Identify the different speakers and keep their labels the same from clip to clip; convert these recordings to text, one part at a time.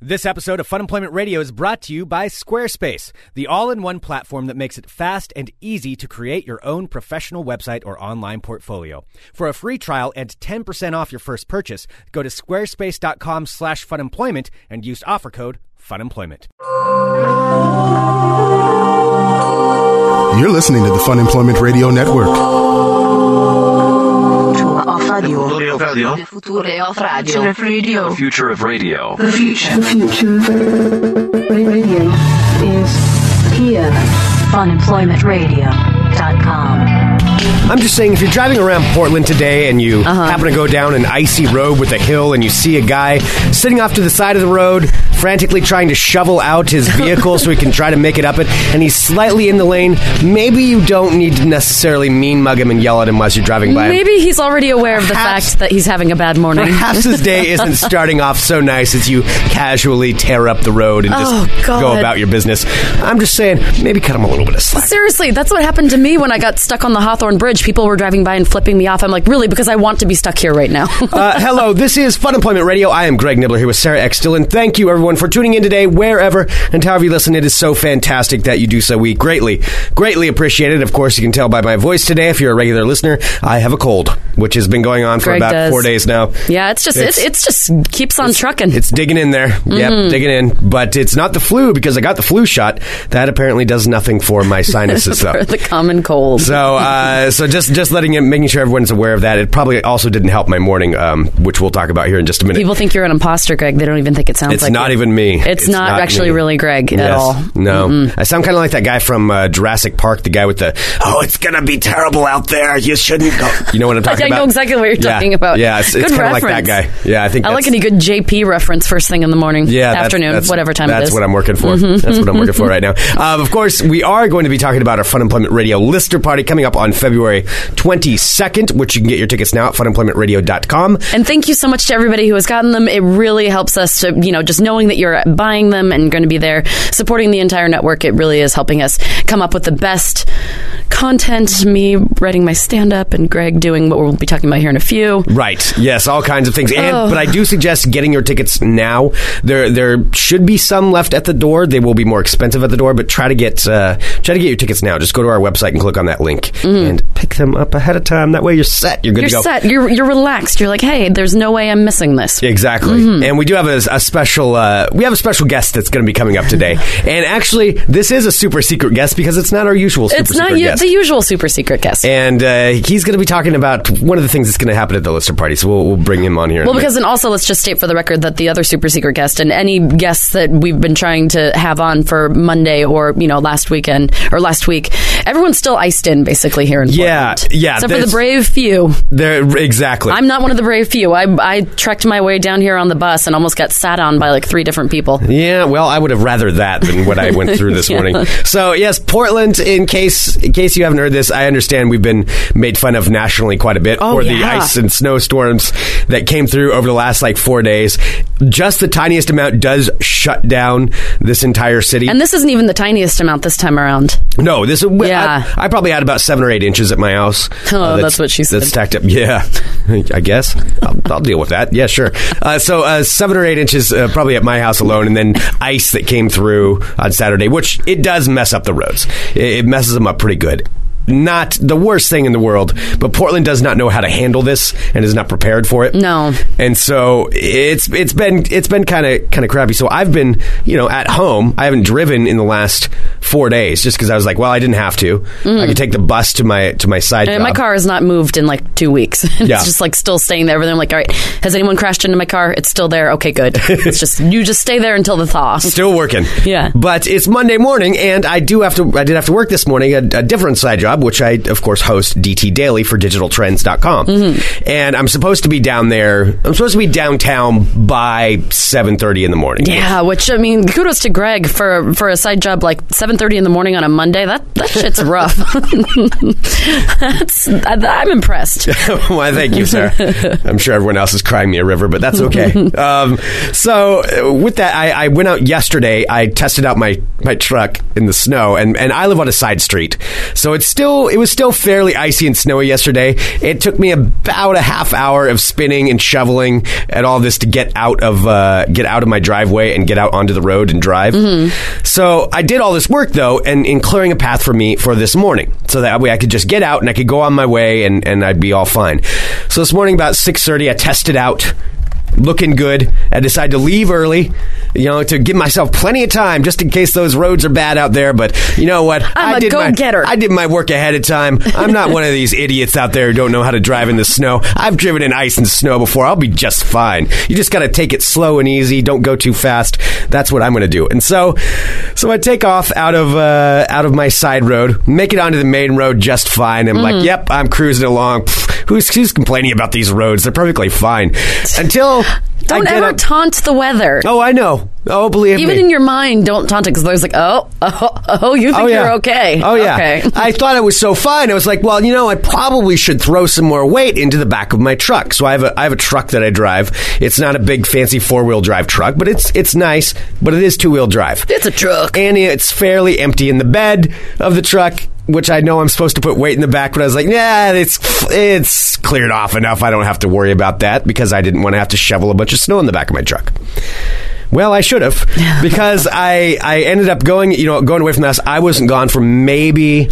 Speaker 1: This episode of Fun Employment Radio is brought to you by Squarespace, the all in one platform that makes it fast and easy to create your own professional website or online portfolio. For a free trial and 10% off your first purchase, go to squarespace.com slash funemployment and use offer code funemployment.
Speaker 2: You're listening to the Fun Employment Radio Network.
Speaker 3: Future of radio.
Speaker 4: Audio value.
Speaker 3: The future of radio. Future of
Speaker 4: Future of radio.
Speaker 3: radio. The future.
Speaker 5: future radio is here.
Speaker 3: Funemploymentradio.com.
Speaker 6: I'm just saying, if you're driving around Portland today and you
Speaker 7: Uh-huh.
Speaker 6: happen to go down an icy road with a hill and you see a guy sitting off to the side of the road, frantically trying to shovel out his vehicle so he can try to make it up it, and he's slightly in the lane, maybe you don't need to necessarily mean mug him and yell at him as you're driving by. him.
Speaker 7: Maybe he's already aware of the
Speaker 6: Perhaps-
Speaker 7: fact that he's having a bad morning.
Speaker 6: Perhaps his day isn't starting off so nice as you casually tear up the road and just
Speaker 7: Oh, God.
Speaker 6: go about your business. I'm just saying, maybe cut him a little bit of slack.
Speaker 7: Seriously, that's what happened to me when I got stuck on the Hawthorne Bridge. People were driving by and flipping me off. I'm like, really? Because I want to be stuck here right now.
Speaker 6: Uh, hello, this is Fun Employment Radio. I am Greg Nibbler here with Sarah X. Dillon. Thank you, everyone, for tuning in today, wherever and however you listen. It is so fantastic that you do so. We greatly, greatly appreciate it. Of course, you can tell by my voice today, if you're a regular listener, I have a cold, which has been going on for
Speaker 7: Greg
Speaker 6: about
Speaker 7: does.
Speaker 6: four days now.
Speaker 7: yeah, it's just it's, it's, just keeps on trucking.
Speaker 6: It's digging in there.
Speaker 7: Mm-hmm.
Speaker 6: Yep, digging in. But it's not the flu because I got the flu shot. That apparently does nothing for my sinuses, though.
Speaker 7: for the common cold.
Speaker 6: So, uh, so just just letting it, making sure everyone's aware of that. It probably also didn't help my morning, um, which we'll talk about here in just a minute.
Speaker 7: People think you're an imposter, Greg. They don't even think it sounds
Speaker 6: It's
Speaker 7: like
Speaker 6: not
Speaker 7: it.
Speaker 6: even me.
Speaker 7: It's, not, actually
Speaker 6: me.
Speaker 7: really Greg at
Speaker 6: Yes.
Speaker 7: all.
Speaker 6: No, I sound kind of like that guy from uh, Jurassic Park, the guy with the "Oh, it's gonna be terrible out there. You shouldn't go." You know what I'm talking
Speaker 7: I
Speaker 6: about?
Speaker 7: know exactly what you're
Speaker 6: Yeah.
Speaker 7: talking about.
Speaker 6: Yeah, it's, it's
Speaker 7: Good
Speaker 6: kind of like that
Speaker 7: reference.
Speaker 6: guy. Yeah, I think
Speaker 7: I like
Speaker 6: that's-
Speaker 7: any good JP reference first thing in the morning,
Speaker 6: yeah, that's-
Speaker 7: afternoon,
Speaker 6: that's-
Speaker 7: whatever time
Speaker 6: That's
Speaker 7: it is. Mm-hmm.
Speaker 6: what I'm working for. That's what I'm working for right now. Um, of course, we are going to be talking about our Fun Employment Radio Lister Party coming up on February 22nd, which you can get your tickets now at funemploymentradio.com.
Speaker 7: And thank you so much to everybody who has gotten them. It really helps us to, you know, just knowing that you're buying them and going to be there supporting the entire network. It really is helping us come up with the best content. Me writing my stand up and Greg doing what we'll be talking about here in a few.
Speaker 6: Right. Yes, all kinds of things. And
Speaker 7: Oh.
Speaker 6: but I do suggest getting your tickets now. There there should be some left at the door. They will be more expensive at the door, but try to get uh, try to get your tickets now. Just go to our website and click on that link and pick them up ahead of time. That way you're set. You're good
Speaker 7: Mm-hmm. You're
Speaker 6: to go.
Speaker 7: set. You're, you're relaxed. You're like, hey, there's no way I'm missing this.
Speaker 6: Exactly,
Speaker 7: Mm-hmm.
Speaker 6: and we do have a, a special. Uh, we have a special guest that's going to be coming up today, and actually, this is a super secret guest because it's not our usual. Super
Speaker 7: It's not
Speaker 6: secret
Speaker 7: u-
Speaker 6: guest.
Speaker 7: the usual super secret guest.
Speaker 6: and uh, he's going to be talking about one of the things that's going to happen at the lister party. So we'll, we'll bring him on here. in a
Speaker 7: Well,
Speaker 6: minute.
Speaker 7: because and also let's just state for the record that the other super secret guest and any guests that we've been trying to have on for Monday or you know last weekend or last week, everyone's still iced in basically here in
Speaker 6: Yeah,
Speaker 7: Portland.
Speaker 6: yeah,
Speaker 7: Except for the
Speaker 6: that's-
Speaker 7: brave few.
Speaker 6: There, exactly.
Speaker 7: I'm not one of the brave few. I I trekked my way down here on the bus and almost got sat on by like three different people.
Speaker 6: yeah, well, I would have rather that than what I went through this morning. So, yes, Portland. In case, in case you haven't heard this, I understand we've been made fun of nationally quite a bit
Speaker 7: Oh,
Speaker 6: for the
Speaker 7: yeah.
Speaker 6: ice and snowstorms that came through over the last like four days. Just the tiniest amount does shut down this entire city.
Speaker 7: And this isn't even the tiniest amount this time around.
Speaker 6: no, this.
Speaker 7: Yeah.
Speaker 6: I, I probably had about seven or eight inches at my house. Uh,
Speaker 7: Oh, that's what she said.
Speaker 6: That's stacked up. Yeah, I guess I'll, I'll deal with that. Yeah, sure. Uh, so uh, seven or eight inches, uh, probably at my house alone, and then ice that came through on Saturday, which it does mess up the roads. It, it messes them up pretty good. Not the worst thing in the world, but Portland does not know how to handle this and is not prepared for it.
Speaker 7: No.
Speaker 6: and so it's it's been it's been kind of kind of crappy. So I've been you know at home. I haven't driven in the last four days just because I was like, well, I didn't have to. I could take the bus to my to my side.
Speaker 7: Mm. And my
Speaker 6: job.
Speaker 7: car has not moved in like two weeks. it's
Speaker 6: Yeah.
Speaker 7: just like still staying there. But then I'm like, all right, has anyone crashed into my car? It's still there. Okay, good. it's just you just stay there until the thaw.
Speaker 6: Still working.
Speaker 7: Yeah.
Speaker 6: But it's Monday morning, and I do have to. I did have to work this morning, a, a different side job, which I, of course, host DT Daily for DigitalTrends.com.
Speaker 7: Mm-hmm.
Speaker 6: And I'm supposed to be down there. I'm supposed to be downtown by 7:30 in the morning.
Speaker 7: Yeah, which I mean, kudos to Greg for for a side job like 7:30 thirty in the morning on a Monday. That that shit's rough. that's, I, I'm impressed.
Speaker 6: Why, thank you, sir. I'm sure everyone else is crying me a river, but that's okay. Um, so, uh, with that, I, I went out yesterday. I tested out my, my truck in the snow, and, and I live on a side street, so it's still it was still fairly icy and snowy yesterday. It took me about a half hour of spinning and shoveling and all this to get out of uh, get out of my driveway and get out onto the road and drive.
Speaker 7: Mm-hmm.
Speaker 6: So, I did all this work though, and in clearing a path for me for this morning, so that way I could just get out and I could go on my way and and I'd be all fine. So this morning about six thirty, I tested out. Looking good. I decided to leave early, you know, to give myself plenty of time just in case those roads are bad out there. But you know what?
Speaker 7: I'm
Speaker 6: I
Speaker 7: a
Speaker 6: did my-
Speaker 7: go-getter.
Speaker 6: I did my work ahead of time. I'm not one of these idiots out there who don't know how to drive in the snow. I've driven in ice and snow before. I'll be just fine. You just got to take it slow and easy. Don't go too fast. That's what I'm going to do. And so, so I take off out of uh, out of my side road, make it onto the main road just fine. I'm
Speaker 7: Mm-hmm.
Speaker 6: like, yep, I'm cruising along. Pff, who's who's complaining about these roads? They're perfectly fine. Until I
Speaker 7: Don't
Speaker 6: get
Speaker 7: ever
Speaker 6: up-
Speaker 7: taunt the weather.
Speaker 6: oh, I know. Oh, believe
Speaker 7: Even
Speaker 6: me.
Speaker 7: in your mind, don't taunt it because there's like, oh, oh, oh, you think you're okay.
Speaker 6: Oh yeah.
Speaker 7: Okay.
Speaker 6: I thought I was so fine. I was like, well, you know, I probably should throw some more weight into the back of my truck. So I have a I have a truck that I drive. It's not a big fancy four wheel drive truck, but it's it's nice. But it is two wheel drive.
Speaker 7: It's a truck.
Speaker 6: And it's fairly empty in the bed of the truck, which I know I'm supposed to put weight in the back, but I was like, nah, it's it's cleared off enough. I don't have to worry about that because I didn't want to have to shovel a bunch of snow in the back of my truck. Well, I should have because I I ended up going you know going away from the house. I wasn't gone for maybe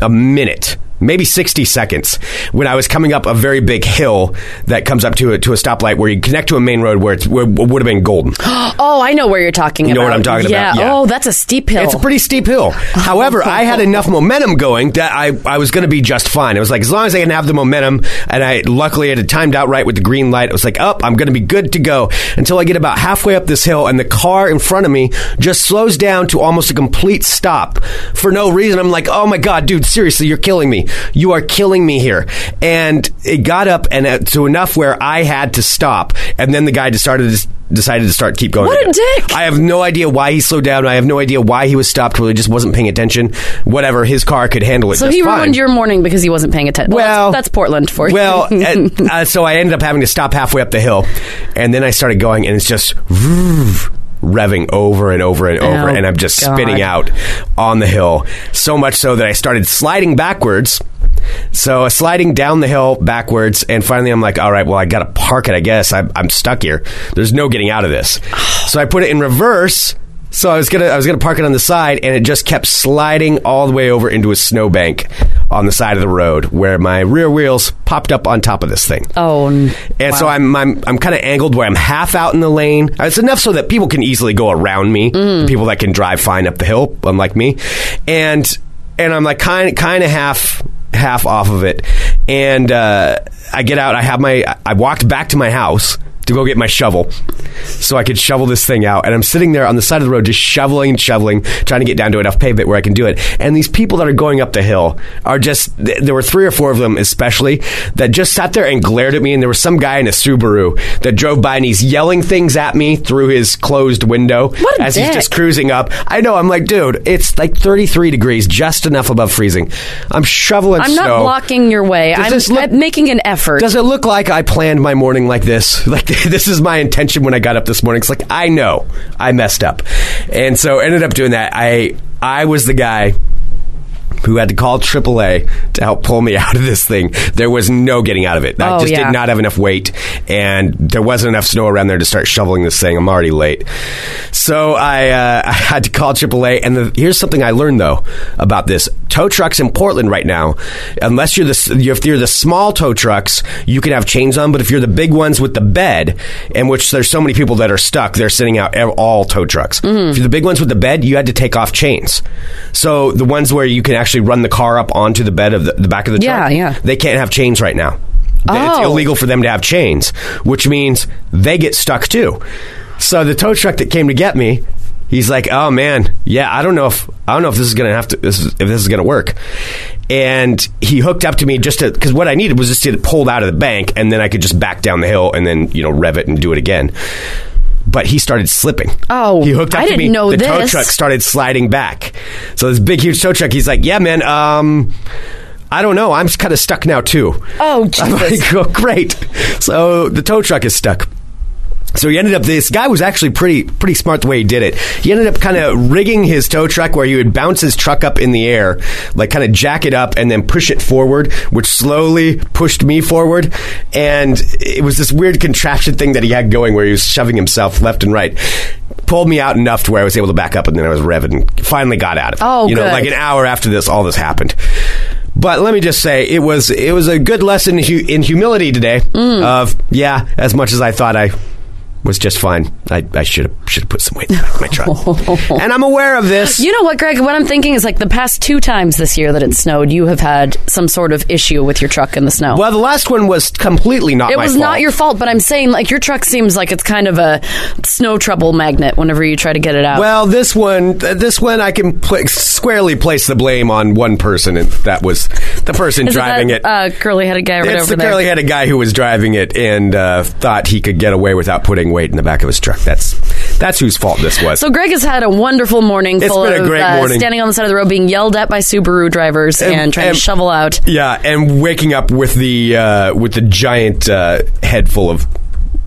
Speaker 6: a minute. Maybe sixty seconds when I was coming up a very big hill that comes up to a, to a stoplight where you connect to a main road where it's where, it would have been golden.
Speaker 7: Oh, I know where you're talking
Speaker 6: You know
Speaker 7: about.
Speaker 6: what I'm talking about, yeah.
Speaker 7: Oh, that's a steep hill. Oh.
Speaker 6: It's a pretty steep hill. However, I had enough momentum going that I, I was going to be just fine. It was like as long as I can have the momentum, and I luckily it had timed out right with the green light. It was like up, I'm going to be good to go until I get about halfway up this hill, and the car in front of me just slows down to almost a complete stop for no reason. I'm like, oh my god, dude, seriously, you're killing me. You are killing me here. And it got up and uh, to enough where I had to stop, and then the guy just started. Decided to start keep going.
Speaker 7: What a
Speaker 6: again.
Speaker 7: dick.
Speaker 6: I I have no idea why he slowed down. I have no idea why he was stopped. Well, he just wasn't paying attention. Whatever, his car could handle it.
Speaker 7: so
Speaker 6: just
Speaker 7: he
Speaker 6: fine.
Speaker 7: ruined your morning because he wasn't paying attention. Well,
Speaker 6: Well,
Speaker 7: that's, that's Portland for you.
Speaker 6: Well, uh, uh, so I ended up having to stop halfway up the hill, and then I started going, and it's just revving over and over and over,
Speaker 7: Oh,
Speaker 6: and I'm just spinning
Speaker 7: God.
Speaker 6: out on the hill. So much so that I started sliding backwards. So sliding down the hill backwards, and finally I'm like, all right, well I got to park it. I guess I'm, I'm stuck here. There's no getting out of this. So I put it in reverse. So I was gonna I was gonna park it on the side, and it just kept sliding all the way over into a snowbank on the side of the road where my rear wheels popped up on top of this thing.
Speaker 7: oh, n-
Speaker 6: And so I'm I'm, I'm kind of angled where I'm half out in the lane. Uh, It's enough so that people can easily go around me. People that can drive fine up the hill, unlike me, and and I'm like kind kind of half half off of it. And uh, I get out. I have my I walked back to my house to go get my shovel so I could shovel this thing out. And I'm sitting there on the side of the road just shoveling and shoveling, trying to get down to enough pavement where I can do it. And these people that are going up the hill are just, th- there were three or four of them especially that just sat there and glared at me. And there was some guy in a Subaru that drove by and he's yelling things at me through his closed window
Speaker 7: a
Speaker 6: as he's
Speaker 7: dick.
Speaker 6: just cruising up. I know, I'm like, dude, it's like 33 degrees, just enough above freezing. I'm shoveling
Speaker 7: I'm not
Speaker 6: snow.
Speaker 7: blocking your way.
Speaker 6: Does
Speaker 7: I'm,
Speaker 6: this look-
Speaker 7: I'm making an effort.
Speaker 6: Does it look like I planned my morning like this? Like this is my intention when I got up this morning. It's like I know I messed up, and so ended up doing that. I I was the guy who had to call AAA to help pull me out of this thing. There was no getting out of it. I
Speaker 7: Oh,
Speaker 6: just
Speaker 7: yeah.
Speaker 6: did not have enough weight, and there wasn't enough snow around there to start shoveling this thing. I'm already late, so I, uh, I had to call AAA. And the, here's something I learned though about this: tow trucks in Portland right now, unless you're the s- if you're the small tow trucks, you can have chains on. But if you're the big ones with the bed, in which there's so many people that are stuck, they're sending out ev- all tow trucks.
Speaker 7: Mm-hmm.
Speaker 6: If you're the big ones with the bed, you had to take off chains. So the ones where you can actually run the car up onto the bed of the, the back of the
Speaker 7: Yeah,
Speaker 6: truck,
Speaker 7: yeah.
Speaker 6: they can't have chains right now. Th- It's
Speaker 7: Oh.
Speaker 6: illegal for them to have chains, which means they get stuck too. So the tow truck that came to get me, he's like, "Oh man, yeah, I don't know if I don't know if this is gonna have to this is, if this is gonna work." And he hooked up to me just to because what I needed was just to get it pulled out of the bank, and then I could just back down the hill and then you know rev it and do it again. But he started slipping.
Speaker 7: Oh,
Speaker 6: he hooked up
Speaker 7: I
Speaker 6: to
Speaker 7: didn't
Speaker 6: me.
Speaker 7: know
Speaker 6: the tow
Speaker 7: this.
Speaker 6: truck started sliding back. So this big, huge tow truck, he's like, yeah, man, um, I don't know. I'm kind of stuck now, too.
Speaker 7: Oh,
Speaker 6: I'm
Speaker 7: Jesus.
Speaker 6: like, oh, great. So the tow truck is stuck. So he ended up. This guy was actually pretty pretty smart the way he did it. He ended up kind of rigging his tow truck where he would bounce his truck up in the air, like kind of jack it up and then push it forward, which slowly pushed me forward. And it was this weird contraption thing that he had going where he was shoving himself left and right. Pulled me out enough to where I was able to back up, and then I was revving. and Finally got out of it.
Speaker 7: Oh,
Speaker 6: you know,
Speaker 7: good.
Speaker 6: like an hour after this, all this happened. But let me just say, it was it was a good lesson in hu- in humility today.
Speaker 7: Mm.
Speaker 6: Of yeah, as much as I thought I was just fine, I, I should have should have put some weight in the back of my truck, and I'm aware of this.
Speaker 7: You know what, Greg? What I'm thinking is like the past two times this year that it snowed, you have had some sort of issue with your truck in the snow.
Speaker 6: well, the last one was completely not.
Speaker 7: it
Speaker 6: my
Speaker 7: was
Speaker 6: fault.
Speaker 7: not your fault, but I'm saying like your truck seems like it's kind of a snow trouble magnet whenever you try to get it out.
Speaker 6: Well, this one, th- this one, I can pl- squarely place the blame on one person, and that was the person
Speaker 7: Isn't
Speaker 6: driving
Speaker 7: that,
Speaker 6: it.
Speaker 7: Uh, curly-headed guy right
Speaker 6: it's
Speaker 7: over
Speaker 6: the
Speaker 7: there.
Speaker 6: curly headed guy who was driving it and uh, thought he could get away without putting weight in the back of his truck. That's that's whose fault this was.
Speaker 7: So Greg has had a wonderful morning.
Speaker 6: It's
Speaker 7: full
Speaker 6: been a
Speaker 7: of,
Speaker 6: great
Speaker 7: uh,
Speaker 6: morning.
Speaker 7: Standing on the side of the road, being yelled at by Subaru drivers and, trying
Speaker 6: and-
Speaker 7: to shovel out.
Speaker 6: yeah, and waking up with the uh, with the giant uh, head full of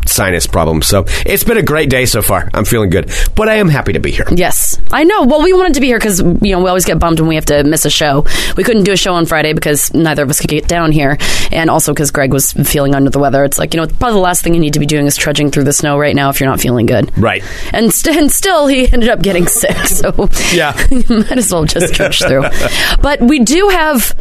Speaker 6: sinus problems. So it's been a great day so far. I'm feeling good, but I am happy to be here.
Speaker 7: Yes, I know. Well, we wanted to be here because you know we always get bummed when we have to miss a show. We couldn't do a show on Friday because neither of us could get down here, and also because Greg was feeling under the weather. It's like you know it's probably the last thing you need to be doing is trudging through the snow right now if you're not feeling good.
Speaker 6: Right.
Speaker 7: And, st- and still, he ended up getting sick. So
Speaker 6: Yeah.
Speaker 7: you might as well just trudge through. But we do have.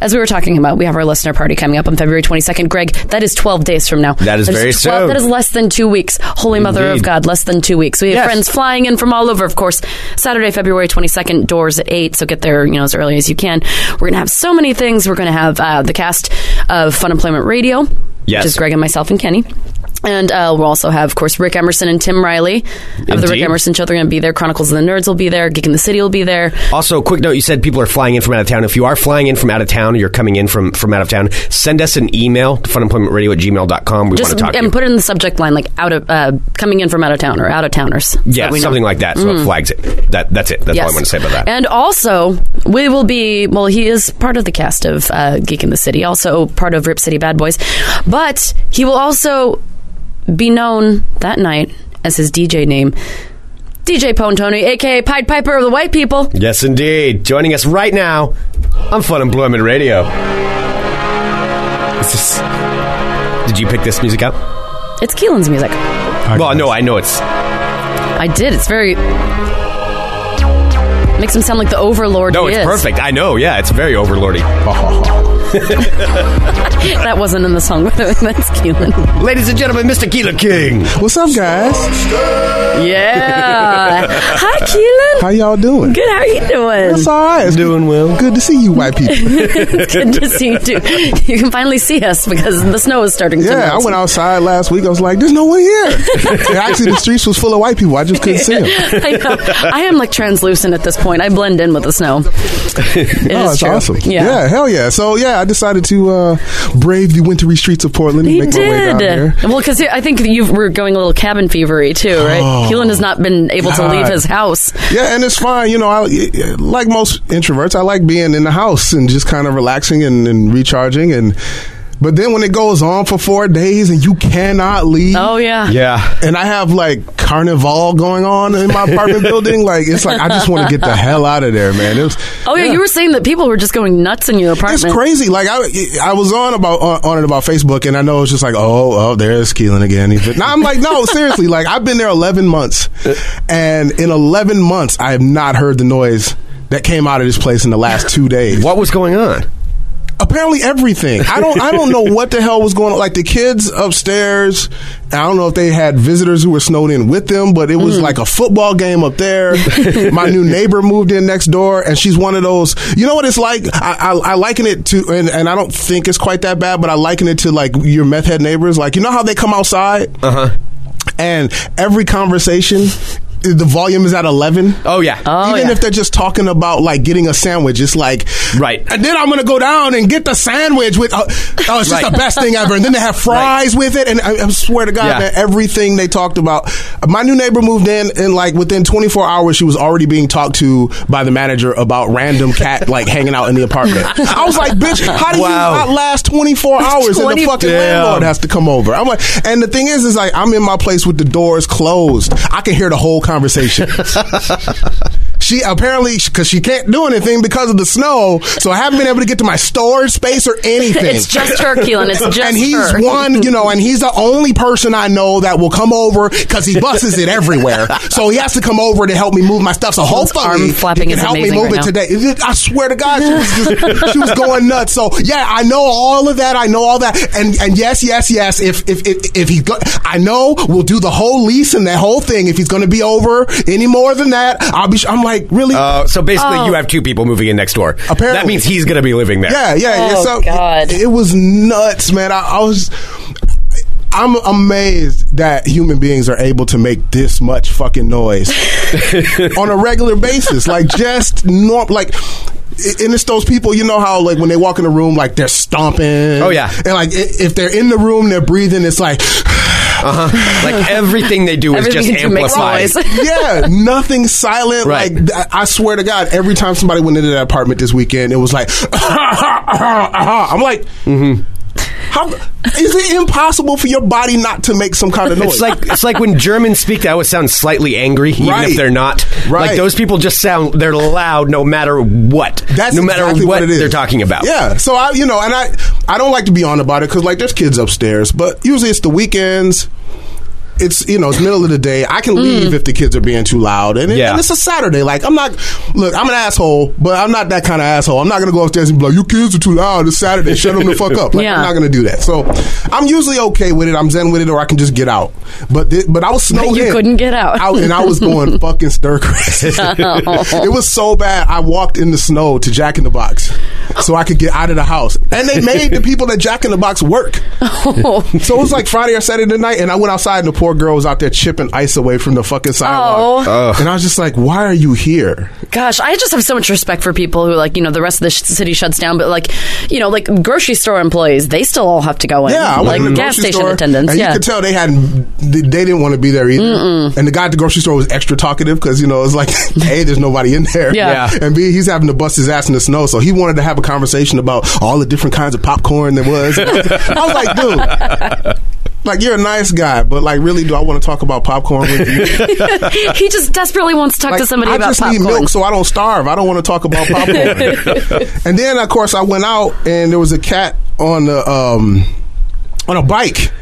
Speaker 7: As we were talking about, we have our listener party coming up on February 22nd. Greg, that is 12 days from now.
Speaker 6: That is very soon.
Speaker 7: That is less than two weeks. Holy Mother of
Speaker 6: Indeed.
Speaker 7: God, less than two weeks. We have
Speaker 6: Yes.
Speaker 7: friends flying in from all over, of course. Saturday, February 22nd, doors at 8, so get there, you know, as early as you can. We're going to have so many things. We're going to have uh, the cast of Fun Employment Radio,
Speaker 6: Yes.
Speaker 7: which is Greg and myself and Kenny. And uh, we'll also have, of course, Rick Emerson and Tim Riley of the Rick
Speaker 6: Indeed.
Speaker 7: Emerson Show. They're going to be there. Chronicles of the Nerds will be there. Geek in the City will be there.
Speaker 6: Also, quick note: you said people are flying in from out of town. If you are flying in from out of town, or you're coming in from from out of town, send us an email to funemploymentradio at gmail.com. We
Speaker 7: Just
Speaker 6: want to talk to you.
Speaker 7: and put it in the subject line, like out of uh, coming in from out of town or out of towners. so
Speaker 6: yeah,
Speaker 7: that we know. Mm-hmm.
Speaker 6: something like that. So it flags it. That that's it. That's all I want to say about that.
Speaker 7: And also, we will be, well, he is part of the cast of uh, Geek in the City, also part of Rip City Bad Boys, but he will also be known that night as his DJ name, DJ Pone Tony, aka Pied Piper of the White People.
Speaker 6: Yes, indeed. Joining us right now on Fun Employment Radio. Is this- did you pick this music up?
Speaker 7: It's Keelan's music.
Speaker 6: Well, no, I know it's.
Speaker 7: I did. It's very. Makes him sound like the overlord
Speaker 6: No,
Speaker 7: he
Speaker 6: it's
Speaker 7: is.
Speaker 6: perfect. I know. Yeah, it's very overlordy.
Speaker 7: That wasn't in the song, by the way. That's Keelan.
Speaker 6: Ladies and gentlemen, Mr. Keeler King.
Speaker 4: What's up, guys?
Speaker 7: Yeah. Hi, Keelan.
Speaker 4: How y'all doing?
Speaker 7: Good. How are you doing?
Speaker 4: It's all right. It's doing well. Good to see you, white people.
Speaker 7: Good to see you too. You can finally see us because the snow is starting to
Speaker 4: Yeah, I
Speaker 7: melt.
Speaker 4: went outside last week. I was like, "There's no one here." and actually, the streets was full of white people. I just couldn't see them.
Speaker 7: I know. I am like translucent at this point. I blend in with the snow. It
Speaker 4: oh,
Speaker 7: is
Speaker 4: it's
Speaker 7: true.
Speaker 4: Oh, awesome.
Speaker 7: Yeah.
Speaker 4: hell yeah. So yeah, I decided to uh, brave the wintry streets of Portland and
Speaker 7: He
Speaker 4: make my way down
Speaker 7: did.
Speaker 4: here.
Speaker 7: Well, because I think you were going a little cabin fevery too, right? Keelan has not been able to
Speaker 4: Oh. God.
Speaker 7: leave his house.
Speaker 4: Yeah, and it's fine. You know, I like most introverts. I like being in the house and just kind of relaxing and, and recharging. And but then when it goes on for four days and you cannot leave.
Speaker 7: Oh yeah.
Speaker 6: Yeah.
Speaker 4: and I have like carnival going on in my apartment building. Like it's like I just want to get the hell out of there, man. It was
Speaker 7: Oh yeah, You were saying that people were just going nuts in your apartment.
Speaker 4: it's crazy. Like I, I was on about on, on it about Facebook, and I know it's just like, oh, oh, there's Keelan again. He's been- No, I'm like, no, seriously. Like I've been there 11 months, and in 11 months, I have not heard the noise that came out of this place in the last two days
Speaker 6: What was going on?
Speaker 4: apparently everything. I don't I don't know what the hell was going on. Like the kids upstairs, I don't know if they had visitors who were snowed in with them, but it was like a football game up there. My new neighbor moved in next door, and she's one of those. You know what it's like? I, I, I liken it to, and, and I don't think it's quite that bad, but I liken it to like your meth head neighbors. Like you know how they come outside, uh huh, and every conversation. the volume is at eleven.
Speaker 6: Oh yeah.
Speaker 7: Oh,
Speaker 4: Even
Speaker 7: yeah.
Speaker 4: if they're just talking about like getting a sandwich, it's like
Speaker 6: Right.
Speaker 4: And then I'm gonna go down and get the sandwich with. Uh, oh, it's just
Speaker 6: Right.
Speaker 4: the best thing ever. And then they have fries with it, and I, I swear to God,
Speaker 6: Yeah.
Speaker 4: man, everything they talked about. My new neighbor moved in, and like within 24 hours, she was already being talked to by the manager about random cat like hanging out in the apartment. I was like, bitch, how do
Speaker 6: Wow.
Speaker 4: you not last 24 hours and
Speaker 6: 20
Speaker 4: the fucking
Speaker 6: Damn.
Speaker 4: landlord has to come over? I'm like, and the thing is, is like I'm in my place with the doors closed. I can hear the whole conversation. She apparently because she can't do anything because of the snow, so I haven't been able to get to my storage space or anything.
Speaker 7: It's just her, Keelan. It's just
Speaker 4: and he's
Speaker 7: her.
Speaker 4: one, you know, and he's the only person I know that will come over because he busses it everywhere. So he has to come over to help me move my stuff. So hopefully,
Speaker 7: arm flapping
Speaker 4: he can
Speaker 7: is
Speaker 4: help me
Speaker 7: amazing
Speaker 4: move
Speaker 7: right
Speaker 4: it
Speaker 7: now.
Speaker 4: today. It- I swear to God, she was, just, she was going nuts. So yeah, I know all of that. I know all that, and and yes, yes, yes. If if if, if he, go, I know we'll do the whole lease and that whole thing. If he's going to be over any more than that, I'll be. sh- I'm like really.
Speaker 6: Uh, so basically,
Speaker 7: Oh.
Speaker 6: you have two people moving in next door.
Speaker 4: Apparently.
Speaker 6: that means he's going to be living there.
Speaker 4: Yeah, yeah.
Speaker 7: Oh,
Speaker 4: yeah. so
Speaker 7: God.
Speaker 4: It, it was nuts, man. I, I was. I'm amazed that human beings are able to make this much fucking noise on a regular basis. Like just norm, like. i- And it's those people, you know how like when they walk in the room, like they're stomping.
Speaker 6: Oh, yeah.
Speaker 4: and like i- if they're in the room, they're breathing. It's like,
Speaker 6: Uh-huh. Like everything they do is
Speaker 7: Everything
Speaker 6: just
Speaker 7: you do makes
Speaker 6: amplified.
Speaker 7: noise.
Speaker 4: yeah, nothing silent.
Speaker 6: Right.
Speaker 4: Like th- I swear to God, every time somebody went into that apartment this weekend, it was like, I'm like,
Speaker 6: Mm-hmm.
Speaker 4: how is it impossible for your body not to make some kind of noise?
Speaker 6: It's like it's like when Germans speak. They always sound slightly angry, even if
Speaker 4: Right.
Speaker 6: they're not. Like
Speaker 4: Right.
Speaker 6: those people just sound they're loud no matter what.
Speaker 4: That's
Speaker 6: no matter
Speaker 4: exactly
Speaker 6: what,
Speaker 4: it is.
Speaker 6: they're talking about.
Speaker 4: Yeah. So I, you know, and I, I don't like to be on about it because like there's kids upstairs, but usually it's the weekends. It's you know it's middle of the day. I can leave
Speaker 7: Mm.
Speaker 4: if the kids are being too loud, and, it-
Speaker 6: Yeah.
Speaker 4: and it's a Saturday. Like I'm not look, I'm an asshole, but I'm not that kind of asshole. I'm not gonna go upstairs and be like, "Your kids are too loud. It's Saturday. Shut them the fuck up." Like,
Speaker 7: Yeah.
Speaker 4: I'm not gonna do that. So I'm usually okay with it. I'm zen with it, or I can just get out. But thi- but I was snowed
Speaker 7: you
Speaker 4: in.
Speaker 7: couldn't get out.
Speaker 4: I, and I was going fucking stir crazy. it was so bad. I walked in the snow to Jack in the Box so I could get out of the house. And they made the people that Jack in the Box work. So it was like Friday or Saturday night, and I went outside, and the poor girl was out there chipping ice away from the fucking sidewalk. And I was just like, "Why are you here?"
Speaker 7: Gosh, I just have so much respect for people who, like, you know, the rest of the sh- city shuts down, but, like, you know, like grocery store employees, they still all have to go in.
Speaker 4: Yeah, I went
Speaker 7: like
Speaker 4: to the
Speaker 7: gas
Speaker 4: grocery
Speaker 7: station
Speaker 4: store,
Speaker 7: attendants.
Speaker 4: and
Speaker 7: yeah.
Speaker 4: you could tell they hadn't. They they didn't want to be there either. And the guy at the grocery store was extra talkative because you know it's like, a, there's nobody in there,
Speaker 7: Yeah. Yeah.
Speaker 4: and b, he's having to bust his ass in the snow, so he wanted to have a conversation about all the different kinds of popcorn there was. I was like, dude. Like you're a nice guy, but like really, do I want to talk about popcorn with you?
Speaker 7: he just desperately wants to talk
Speaker 4: Like,
Speaker 7: to somebody
Speaker 4: I
Speaker 7: about
Speaker 4: just
Speaker 7: popcorn.
Speaker 4: need milk so I don't starve. I don't want to talk about popcorn. and then, of course, I went out and there was a cat on the um, on a bike,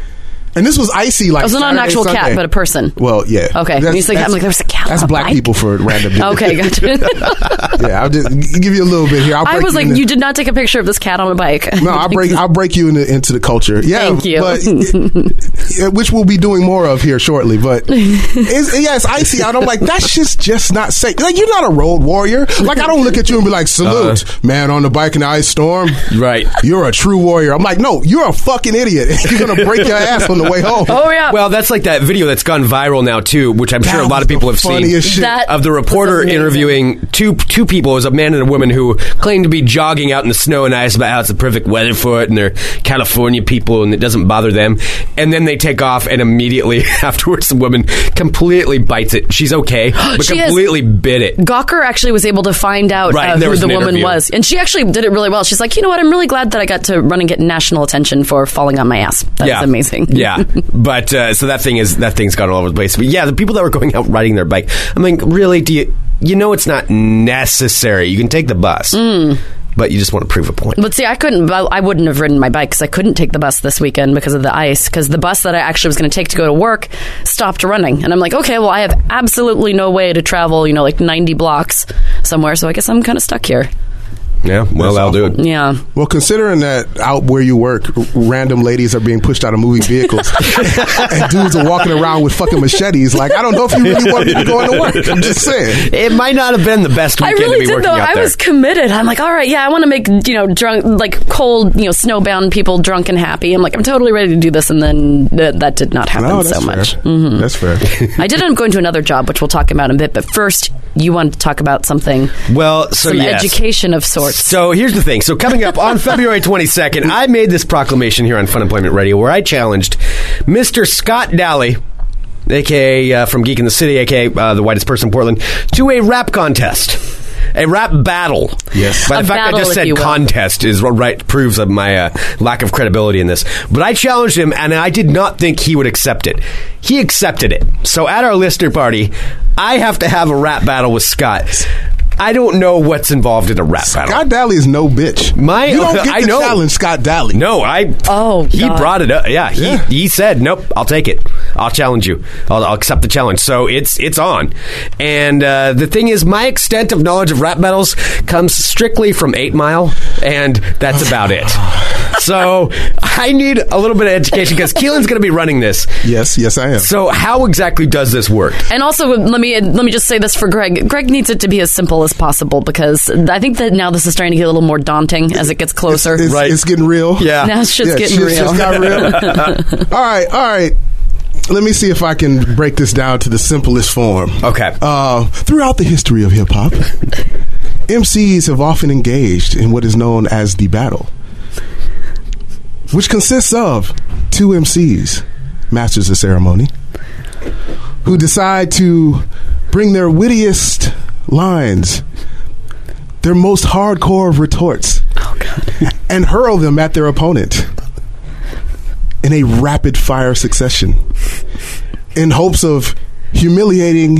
Speaker 4: and this was icy. Like
Speaker 7: it was not an
Speaker 4: Saturday,
Speaker 7: actual cat,
Speaker 4: Sunday.
Speaker 7: but a person.
Speaker 4: Well, yeah.
Speaker 7: Okay.
Speaker 4: That's-
Speaker 7: He's like, I'm
Speaker 4: that's-
Speaker 7: like, there was a cat.
Speaker 4: That's
Speaker 7: on a
Speaker 4: black
Speaker 7: bike?
Speaker 4: people for random. people.
Speaker 7: Okay, gotcha.
Speaker 4: yeah, I'll just g- give you a little bit here. I'll
Speaker 7: I
Speaker 4: break
Speaker 7: was like,
Speaker 4: into-
Speaker 7: you did not take a picture of this cat on a bike.
Speaker 4: No, I'll break. I'll break you into, into the culture. Yeah,
Speaker 7: Thank you.
Speaker 4: But, which we'll be doing more of here shortly. But it's, yeah, it's icy out. I'm like, that shit's just not safe. Like you're not a road warrior. Like I don't look at you and be like, salute, man on the bike in the ice storm.
Speaker 6: Right.
Speaker 4: You're a true warrior. I'm like, no, you're a fucking idiot. You're gonna break your ass on the way home.
Speaker 7: Oh, yeah.
Speaker 6: Well, that's like that video that's gone viral now too, which I'm sure a
Speaker 4: That
Speaker 6: lot
Speaker 4: was
Speaker 6: of people
Speaker 4: the
Speaker 6: have seen.
Speaker 4: funniest shit.
Speaker 7: That
Speaker 6: of the
Speaker 7: was
Speaker 6: reporter
Speaker 7: amazing.
Speaker 6: interviewing two two people, it was a man and a woman who claimed to be jogging out in the snow and ice about how it's the perfect weather for it, and they're California people, and it doesn't bother them. And then they take off, and immediately afterwards, the woman completely bites it. She's okay, but
Speaker 7: She is.
Speaker 6: completely bit it.
Speaker 7: Gawker actually was able to find out
Speaker 6: Right,
Speaker 7: uh,
Speaker 6: there
Speaker 7: who
Speaker 6: was
Speaker 7: the
Speaker 6: an
Speaker 7: woman
Speaker 6: interview.
Speaker 7: was, and she actually did it really well. She's like, you know what? I'm really glad that I got to run and get national attention for falling on my ass. That was amazing.
Speaker 6: yeah, but uh, so that thing is that thing's gone all over the place. But yeah, the people that were going out riding their bike, I'm like, really? Do you you know it's not necessary? You can take the bus, but you just want to prove a point.
Speaker 7: Mm. But see, I couldn't. well, I wouldn't have ridden my bike because I couldn't take the bus this weekend because of the ice. Because the bus that I actually was going to take to go to work stopped running, and I'm like, okay, well, I have absolutely no way to travel, you know, like 90 blocks somewhere. So I guess I'm kind of stuck here.
Speaker 6: Yeah, well,
Speaker 4: That's
Speaker 6: that'll do it.
Speaker 7: Yeah.
Speaker 4: Well, considering that out where you work, r- random ladies are being pushed out of moving vehicles, and dudes are walking around with fucking machetes. Like, I don't know if you really want me to be going to work. I'm just saying.
Speaker 6: It might not have been the best
Speaker 7: I
Speaker 6: weekend
Speaker 7: really
Speaker 6: to be
Speaker 7: did
Speaker 6: working
Speaker 7: though.
Speaker 6: out
Speaker 7: I
Speaker 6: there.
Speaker 7: was committed. I'm like, all right, yeah, I want to make you know drunk, like cold, you know, snowbound people drunk and happy. I'm like, I'm totally ready to do this, and then th- that did not happen
Speaker 4: No, that's
Speaker 7: so
Speaker 4: fair. Mm-hmm.
Speaker 7: much.
Speaker 4: That's fair.
Speaker 7: I did end up going to another job, which we'll talk about in a bit. But first, you wanted to talk about something,
Speaker 6: well, so
Speaker 7: some
Speaker 6: yes.
Speaker 7: education of sorts.
Speaker 6: So here's the thing. So coming up on February 22nd, I made this proclamation here on Fun Employment Radio where I challenged Mr. Scott Daly, aka uh, from Geek in the City, aka uh, the whitest person in Portland, to a rap contest. A rap battle. Yes. But
Speaker 7: A
Speaker 6: the fact
Speaker 7: battle,
Speaker 6: I just
Speaker 7: if you
Speaker 6: said
Speaker 7: will.
Speaker 6: contest is what right proves of my uh, lack of credibility in this. But I challenged him, and I did not think he would accept it. He accepted it. So at our listener party, I have to have a rap battle with Scott. I don't know what's involved in a rap battle.
Speaker 4: Scott Daly is no bitch.
Speaker 6: My-
Speaker 4: you don't get to
Speaker 6: I know.
Speaker 4: challenge Scott Daly.
Speaker 6: No, I.
Speaker 7: Oh,
Speaker 6: he
Speaker 7: God.
Speaker 6: brought it up. Yeah, he
Speaker 4: Yeah.
Speaker 6: he said, "Nope, I'll take it. I'll challenge you. I'll, I'll accept the challenge." So it's it's on. And uh, the thing is, my extent of knowledge of rap battles comes strictly from Eight Mile, and
Speaker 7: Oh,
Speaker 6: that's about it. So I need a little bit of education because Keelan's going to be running this.
Speaker 4: Yes, yes, I am.
Speaker 6: So how exactly does this work?
Speaker 7: And also, let me let me just say this for Greg. Greg needs it to be as simple as possible because I think that now this is starting to get a little more daunting as it gets closer.
Speaker 4: it's,
Speaker 6: Right.
Speaker 4: it's getting real.
Speaker 6: Yeah.
Speaker 7: Now it's just
Speaker 4: yeah,
Speaker 7: getting
Speaker 4: shit's
Speaker 7: real.
Speaker 4: just got real. all right, all right. Let me see if I can break this down to the simplest form.
Speaker 6: Okay.
Speaker 4: Uh, throughout the history of hip hop, MCs have often engaged in what is known as the battle, which consists of two MCs, masters of ceremony, who decide to bring their wittiest lines, their most hardcore retorts, and hurl them at their opponent in a rapid fire succession in hopes of humiliating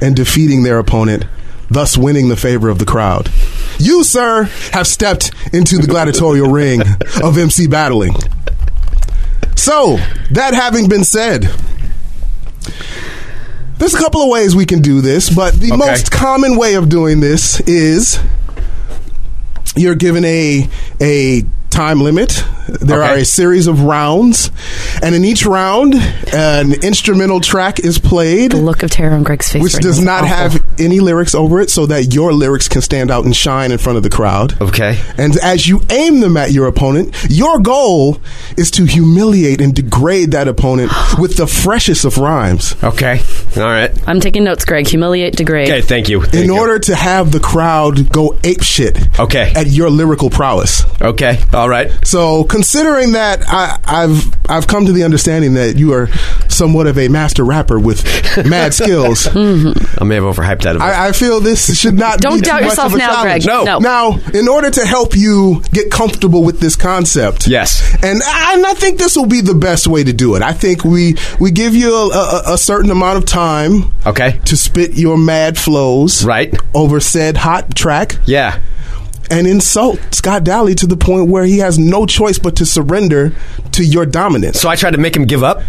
Speaker 4: and defeating their opponent, thus winning the favor of the crowd. You, sir, have stepped into the gladiatorial ring of MC battling. So, that having been said, there's a couple of ways we can do this, but the most common way of doing this is you're given a a time limit. There
Speaker 6: Okay.
Speaker 4: are a series of rounds, and in each round, an instrumental track is played,
Speaker 7: the look of terror on Greg's face,
Speaker 4: which
Speaker 7: right
Speaker 4: does
Speaker 7: now
Speaker 4: not
Speaker 7: is awful.
Speaker 4: have any lyrics over it, so that your lyrics can stand out and shine in front of the crowd.
Speaker 6: Okay.
Speaker 4: And as you aim them at your opponent, your goal is to humiliate and degrade that opponent with the freshest of rhymes.
Speaker 6: Okay. All right.
Speaker 7: I'm taking notes, Greg. Humiliate, degrade.
Speaker 6: Okay. Thank you. Thank
Speaker 4: in
Speaker 6: you.
Speaker 4: order to have the crowd go ape shit
Speaker 6: Okay.
Speaker 4: at your lyrical prowess.
Speaker 6: Okay. All right.
Speaker 4: So, considering that I, I've I've come to the understanding that you are somewhat of a master rapper with mad skills,
Speaker 6: I may have overhyped that. A bit.
Speaker 4: I, I feel this should not
Speaker 7: Hmm. Don't
Speaker 4: be too
Speaker 7: doubt
Speaker 4: much
Speaker 7: yourself
Speaker 4: of a
Speaker 7: now,
Speaker 4: challenge.
Speaker 7: Greg. No. No.
Speaker 4: Now, in order to help you get comfortable with this concept,
Speaker 6: Yes.
Speaker 4: and I, and I think this will be the best way to do it. I think we we give you a, a, a certain amount of time,
Speaker 6: Okay.
Speaker 4: to spit your mad flows,
Speaker 6: Right.
Speaker 4: over said hot track,
Speaker 6: Yeah.
Speaker 4: and insult Scott Daly to the point where he has no choice but to surrender to your dominance.
Speaker 6: So I tried to make him give up.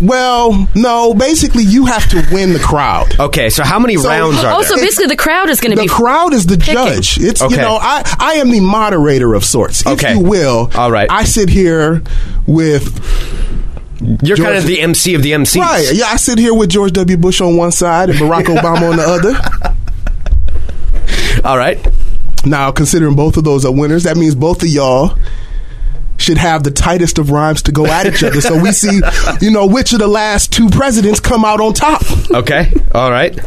Speaker 4: well, no, basically you have to win the crowd.
Speaker 6: Okay, so how many
Speaker 4: So-
Speaker 6: rounds are
Speaker 7: Oh, so
Speaker 6: there?
Speaker 7: basically the crowd is going to
Speaker 4: The
Speaker 7: be.
Speaker 4: crowd is the judge. It's
Speaker 6: Okay.
Speaker 4: you know I I am the moderator of sorts, if
Speaker 6: Okay.
Speaker 4: you will.
Speaker 6: All right.
Speaker 4: I sit here with
Speaker 6: You're kind of
Speaker 4: George-
Speaker 6: the MC of the MCs.
Speaker 4: right. Yeah, I sit here with George W. Bush on one side and Barack Obama on the other.
Speaker 6: All right.
Speaker 4: Now, considering both of those are winners, that means both of y'all should have the tightest of rhymes to go at each other. So we see, you know, which of the last two presidents come out on top.
Speaker 6: Okay. All right.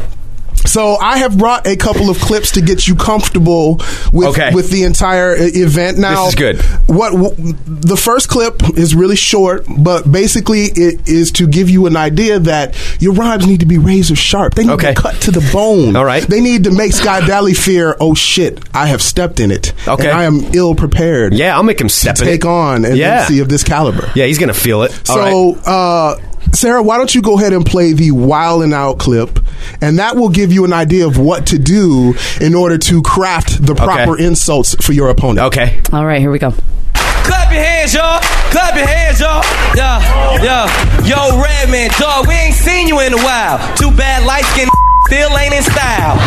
Speaker 4: So I have brought a couple of clips to get you comfortable with
Speaker 6: Okay.
Speaker 4: with the entire i- event. Now,
Speaker 6: is good.
Speaker 4: What w- the first clip is really short, but basically it is to give you an idea that your rhymes need to be razor sharp. They need
Speaker 6: Okay.
Speaker 4: to cut to the bone.
Speaker 6: All right.
Speaker 4: They need to make Scott Daly fear. Oh shit! I have stepped in it.
Speaker 6: Okay.
Speaker 4: And I am ill prepared.
Speaker 6: Yeah, I'll make him step
Speaker 4: To
Speaker 6: in
Speaker 4: take
Speaker 6: it.
Speaker 4: on an
Speaker 6: Yeah.
Speaker 4: MC of this caliber.
Speaker 6: Yeah, he's gonna feel it. All right.
Speaker 4: So, uh, Sarah, why don't you go ahead and play the Wild and Out clip, and that will give you an idea of what to do in order to craft the proper insults for your opponent.
Speaker 6: Okay.
Speaker 7: All right, here we go.
Speaker 8: Clap your hands, y'all. Clap your hands, y'all. Yeah, yeah. Yo, Redman, dog, we ain't seen you in a while. Too bad light skin still ain't in style.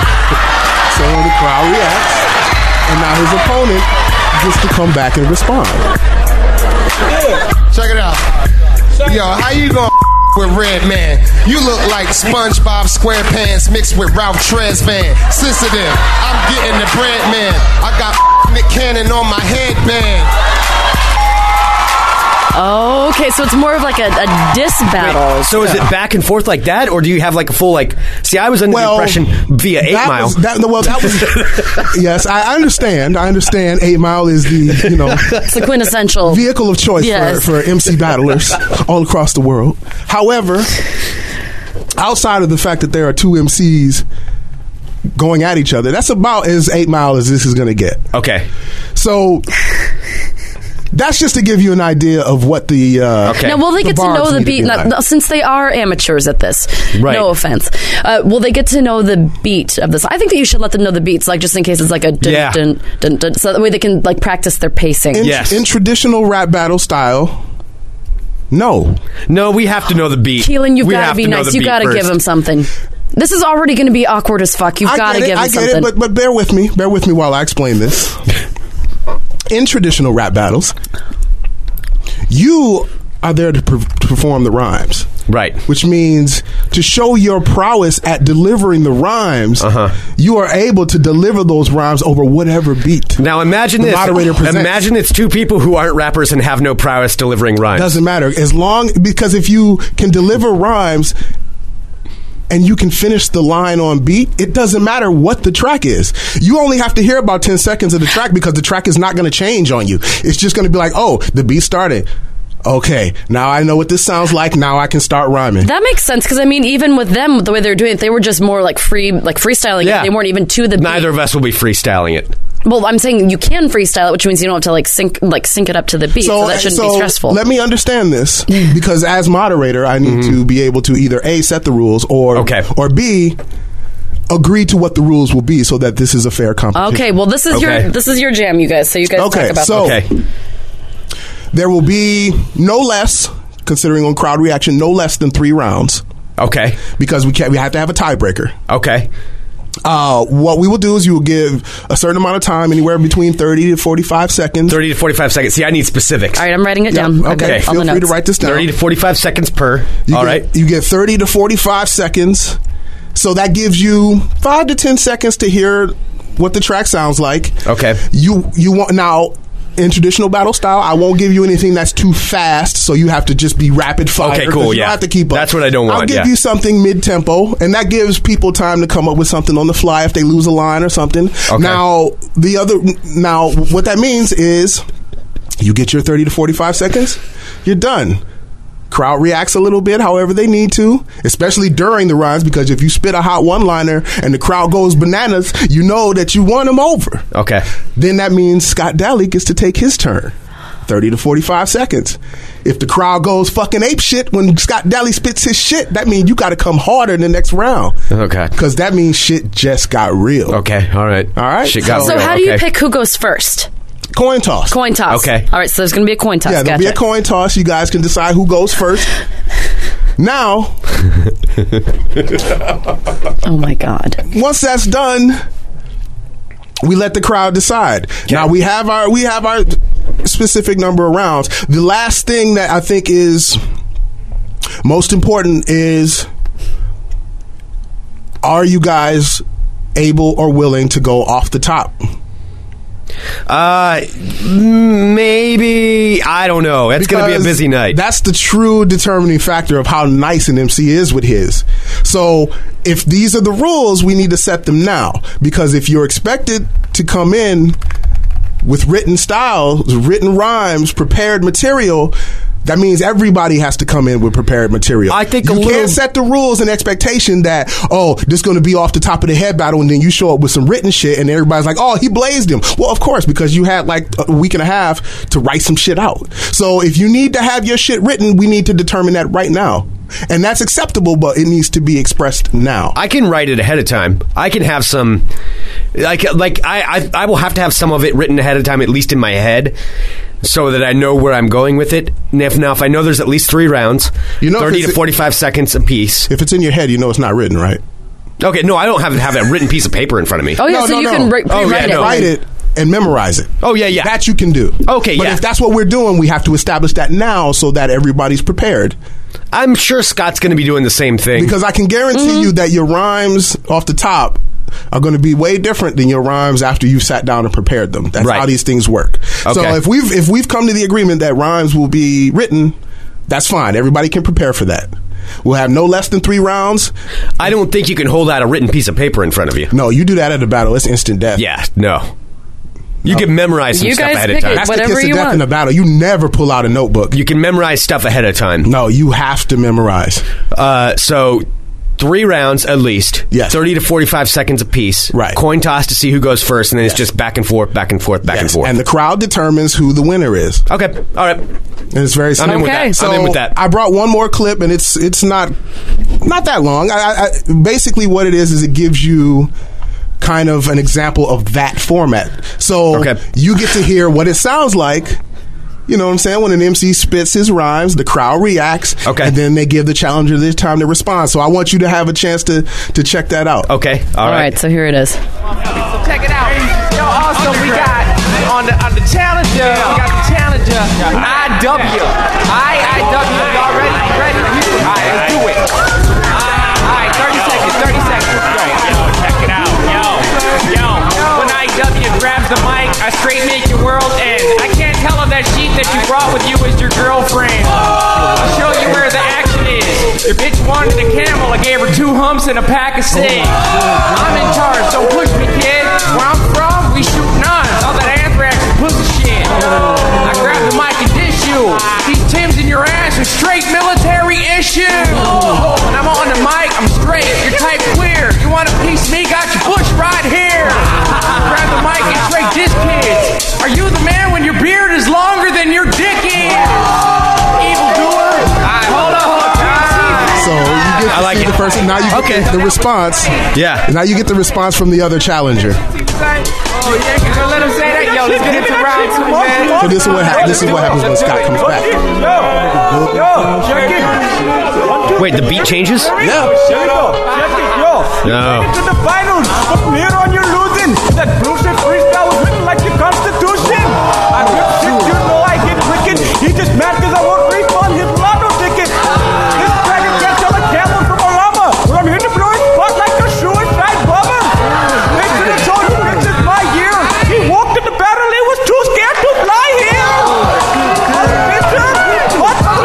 Speaker 4: So the crowd reacts, and and now his opponent gets to come back and respond.
Speaker 9: Check it out. Yo, how you going with Red Man? You look like SpongeBob SquarePants mixed with Ralph Tresvant. Sensitive. I'm getting the bread man. I got Nick Cannon on my headband.
Speaker 7: Okay, so it's more of like a, a diss battle.
Speaker 6: So is it back and forth like that, or do you have like a full like? See, I was under
Speaker 4: Well,
Speaker 6: the impression via Eight
Speaker 4: that
Speaker 6: Mile.
Speaker 4: Was, that, well, that was yes. I I understand. I understand. Eight Mile is the you know
Speaker 7: It's the quintessential.
Speaker 4: vehicle of choice
Speaker 7: Yes.
Speaker 4: for, for MC battlers all across the world. However, outside of the fact that there are two MCs going at each other, that's about as eight mile as this is going to get.
Speaker 6: okay,
Speaker 4: So that's just to give you an idea of what the uh,
Speaker 6: Okay.
Speaker 7: Now, will they
Speaker 4: The
Speaker 7: get to know
Speaker 4: bars
Speaker 7: the
Speaker 4: need to
Speaker 7: beat?
Speaker 4: be
Speaker 7: Now,
Speaker 4: right.
Speaker 7: now, since they are amateurs at this,
Speaker 6: Right.
Speaker 7: no offense. Uh, will they get to know the beat of this? I think that you should let them know the beats, like just in case it's like a dun,
Speaker 6: Yeah.
Speaker 7: dun, dun, dun, so that way they can like practice their pacing.
Speaker 4: in,
Speaker 6: Yes.
Speaker 4: in traditional rap battle style. No,
Speaker 6: no, we have to know the beat.
Speaker 7: Keelan, you've
Speaker 6: We
Speaker 7: got
Speaker 6: have
Speaker 7: to be
Speaker 6: know
Speaker 7: nice.
Speaker 6: the
Speaker 7: You
Speaker 6: beat
Speaker 7: got to give
Speaker 6: first.
Speaker 7: them something. This is already going to be awkward as fuck. You've
Speaker 4: I
Speaker 7: got to
Speaker 4: get it,
Speaker 7: give them
Speaker 4: I get
Speaker 7: something.
Speaker 4: it, but but bear with me. Bear with me while I explain this. In traditional rap battles, you are there to, per- to perform the rhymes,
Speaker 6: Right.
Speaker 4: Which means to show your prowess at delivering the rhymes, you are able to deliver those rhymes over whatever beat.
Speaker 6: Now imagine
Speaker 4: The
Speaker 6: this.
Speaker 4: moderator presents.
Speaker 6: imagine it's two people who aren't rappers and have no prowess delivering rhymes.
Speaker 4: Doesn't matter as long because if you can deliver rhymes and you can finish the line on beat, it doesn't matter what the track is. You only have to hear about 10 seconds of the track because the track is not going to change on you. It's just going to be like, "Oh, the beat started. Okay, now I know what this sounds like. Now I can start rhyming."
Speaker 7: that makes sense because I mean, even with them, the way they're doing it, they were just more like free, like freestyling. it.
Speaker 6: Yeah.
Speaker 7: They weren't even to the beat.
Speaker 6: Neither of us will be freestyling it.
Speaker 7: Well, I'm saying you can freestyle it, which means you don't have to like sync, like sync it up to the beat. So, that shouldn't
Speaker 4: so
Speaker 7: be stressful.
Speaker 4: Let me understand this because as moderator, I need to be able to either a set the rules or
Speaker 6: Okay.
Speaker 4: or b agree to what the rules will be so that this is a fair competition.
Speaker 7: Okay, well this is
Speaker 6: Okay.
Speaker 7: your this is your jam, you guys. So you guys
Speaker 4: Okay,
Speaker 7: talk about
Speaker 4: so-
Speaker 6: Okay.
Speaker 4: There will be no less, considering on crowd reaction, no less than three rounds
Speaker 6: Okay.
Speaker 4: because we can't, we have to have a tiebreaker.
Speaker 6: Okay.
Speaker 4: Uh, what we will do is you will give a certain amount of time, anywhere between thirty to forty-five seconds.
Speaker 6: Thirty to forty-five seconds. See, I need specifics.
Speaker 7: All right, I'm writing it
Speaker 4: Yeah,
Speaker 7: down. I've got
Speaker 4: Okay,
Speaker 7: all the
Speaker 4: feel free to
Speaker 7: notes.
Speaker 4: write this down.
Speaker 6: Thirty to forty-five seconds per.
Speaker 4: You
Speaker 6: All
Speaker 4: get,
Speaker 6: right.
Speaker 4: You get 30 to 45 seconds. So that gives you 5 to 10 seconds to hear what the track sounds like.
Speaker 6: Okay.
Speaker 4: You you want now in traditional battle style, I won't give you anything that's too fast, so you have to just be rapid fire.
Speaker 6: Okay, cool,
Speaker 4: 'cause You
Speaker 6: yeah.
Speaker 4: don't have to keep up.
Speaker 6: That's what I don't
Speaker 4: I'll
Speaker 6: want,
Speaker 4: give
Speaker 6: yeah.
Speaker 4: you something mid tempo, and that gives people time to come up with something on the fly if they lose a line or something.
Speaker 6: Okay.
Speaker 4: Now the other now what that means is you get your 30 to 45 seconds, you're done. Crowd reacts a little bit however they need to, especially during the rhymes, because if you spit a hot one liner and the crowd goes bananas, you know that you won them over.
Speaker 6: Okay.
Speaker 4: Then that means Scott Daly gets to take his turn. 30 to 45 seconds. If the crowd goes fucking ape shit when Scott Daly spits his shit, that means you got to come harder in the next round.
Speaker 6: Okay.
Speaker 4: Because that means shit just got real.
Speaker 6: Uh-huh. Oh, Okay. All right.
Speaker 4: All right.
Speaker 6: Shit got
Speaker 7: So
Speaker 6: real.
Speaker 7: how do you
Speaker 6: Okay.
Speaker 7: pick who goes first?
Speaker 4: Coin toss.
Speaker 7: Coin toss.
Speaker 6: Okay.
Speaker 7: All right, so there's going to be a coin toss.
Speaker 4: Yeah, there'll be a
Speaker 7: Gotcha.
Speaker 4: coin toss. You guys can decide who goes first. now,
Speaker 7: Oh my god.
Speaker 4: once that's done, we let the crowd decide. Now we have our we have our specific number of rounds. The last thing that I think is most important is are you guys able or willing to go off the top?
Speaker 6: Uh, maybe I don't know. It's going to be a
Speaker 4: Because
Speaker 6: busy night.
Speaker 4: That's the true determining factor of how nice an MC is with his. So if these are the rules, we need to set them now. Because if you're expected to come in with written styles, written rhymes, prepared material, that means everybody has to come in with prepared material.
Speaker 6: I think
Speaker 4: you
Speaker 6: a
Speaker 4: can't
Speaker 6: little-
Speaker 4: set the rules and expectation that oh, this going to be off the top of the head battle, and then you show up with some written shit, and everybody's like, oh, he blazed him. Well, of course, because you had like a week and a half to write some shit out. So if you need to have your shit written, we need to determine that right now, and that's acceptable, but it needs to be expressed now.
Speaker 6: I can write it ahead of time. I can have some, like, like I, I, I will have to have some of it written ahead of time, at least in my head, so that I know where I'm going with it. And if now, if I know there's at least three rounds,
Speaker 4: You know, if
Speaker 6: thirty
Speaker 4: it's
Speaker 6: to
Speaker 4: a-
Speaker 6: forty-five seconds apiece.
Speaker 4: if it's in your head, you know it's not written, right?
Speaker 6: Okay, no, I don't have have a written piece of paper in front of me.
Speaker 7: Oh yeah,
Speaker 4: No,
Speaker 7: so
Speaker 4: no,
Speaker 7: you
Speaker 4: no.
Speaker 7: can re-
Speaker 6: Oh, yeah,
Speaker 7: rewrite it.
Speaker 6: no.
Speaker 4: Write it. and memorize it.
Speaker 6: Oh, yeah, yeah.
Speaker 4: That you can do.
Speaker 6: Okay,
Speaker 4: but
Speaker 6: yeah.
Speaker 4: if that's what we're doing, we have to establish that now so that everybody's prepared.
Speaker 6: I'm sure Scott's going to be doing the same thing.
Speaker 4: Because I can guarantee
Speaker 6: Mm-hmm.
Speaker 4: you that your rhymes off the top are going to be way different than your rhymes after you sat down and prepared them. That's
Speaker 6: Right.
Speaker 4: how these things work. So
Speaker 6: Okay.
Speaker 4: if we've if we've come to the agreement that rhymes will be written, that's fine. Everybody can prepare for that. We'll have no less than three rounds.
Speaker 6: I don't think you can hold out a written piece of paper in front of you.
Speaker 4: No, you do that at a battle. It's instant death.
Speaker 6: Yeah, no. You
Speaker 4: Oh.
Speaker 6: can memorize some
Speaker 7: You
Speaker 6: stuff
Speaker 7: guys
Speaker 6: ahead of
Speaker 7: pick
Speaker 6: time.
Speaker 7: it.
Speaker 4: That's
Speaker 7: Whatever
Speaker 4: the kiss of
Speaker 7: you
Speaker 4: death
Speaker 7: want.
Speaker 4: in a battle. You never pull out a notebook.
Speaker 6: You can memorize stuff ahead of time.
Speaker 4: no, you have to memorize.
Speaker 6: Uh, so three rounds at least.
Speaker 4: Yes.
Speaker 6: Thirty to forty-five seconds apiece.
Speaker 4: Right.
Speaker 6: Coin toss to see who goes first, and then it's just back and forth, back and forth, back and
Speaker 4: Yes.
Speaker 6: forth.
Speaker 4: the crowd determines who the winner is.
Speaker 6: okay. All right.
Speaker 4: And it's very simple.
Speaker 6: in with that.
Speaker 4: So
Speaker 6: I'm in with that.
Speaker 4: I brought one more clip, and it's it's not not that long. I, I, I, basically, what it is is it gives you kind of an example of that format. So
Speaker 6: Okay.
Speaker 4: you get to hear what it sounds like. You know what I'm saying? When an MC spits his rhymes, the crowd reacts,
Speaker 6: Okay.
Speaker 4: and then they give the challenger the time to respond. So I want you to have a chance to to check that out.
Speaker 6: Okay.
Speaker 7: All right. so here it is.
Speaker 10: Check it out. Yo, also we got on the on the challenger. We got the challenger. IW. I I W. Y'all ready? Ready? All right, let's do it. All right, 30 seconds. 30 seconds. Yo, check it out. Yo, yo. When IW grabs the mic, I straight make your world end. I can't tell her that sheet that you brought with you is your girlfriend. I'll show you where the action is. Your bitch wanted a camel. I gave her two humps and a pack of cigs. I'm in charge. Don't push me, kid. Where I'm from, we shoot nuns. All that anthrax and pussy shit. I grabbed the mic and dish you. These Tims in your ass are straight military issue. When I'm on the mic, I'm straight. You're type queer. You want a piece of me? Got your bush right here. Grab the mic and straight dish kids. Are you the man when your beard is longer than your dick is? Evildoer. Hold on, hold on.
Speaker 4: So you get to
Speaker 6: I like
Speaker 4: see
Speaker 6: it.
Speaker 4: the person. Now you get
Speaker 6: Okay.
Speaker 4: the, the response.
Speaker 6: Yeah.
Speaker 4: Now you get the response from the other challenger.
Speaker 10: Oh, yeah, you gonna let him say that? Yo, let's get into round two, man.
Speaker 4: So this is what hap- this is what happens when Scott comes back.
Speaker 6: Wait, the beat changes?
Speaker 10: Oh,
Speaker 4: Yeah.
Speaker 6: No.
Speaker 10: To the finals. From here on, you're losing. That proves that freestyle was written like the Constitution. I rip shit, you know I get wicked. He just mad because I won't refund his lotto ticket. This dragon can't tell a camel from a llama. But I'm here to blow his butt like a suicide bomber. Mason and Tony Prince is my year. He walked in the battle, he was too scared to fly here.
Speaker 4: So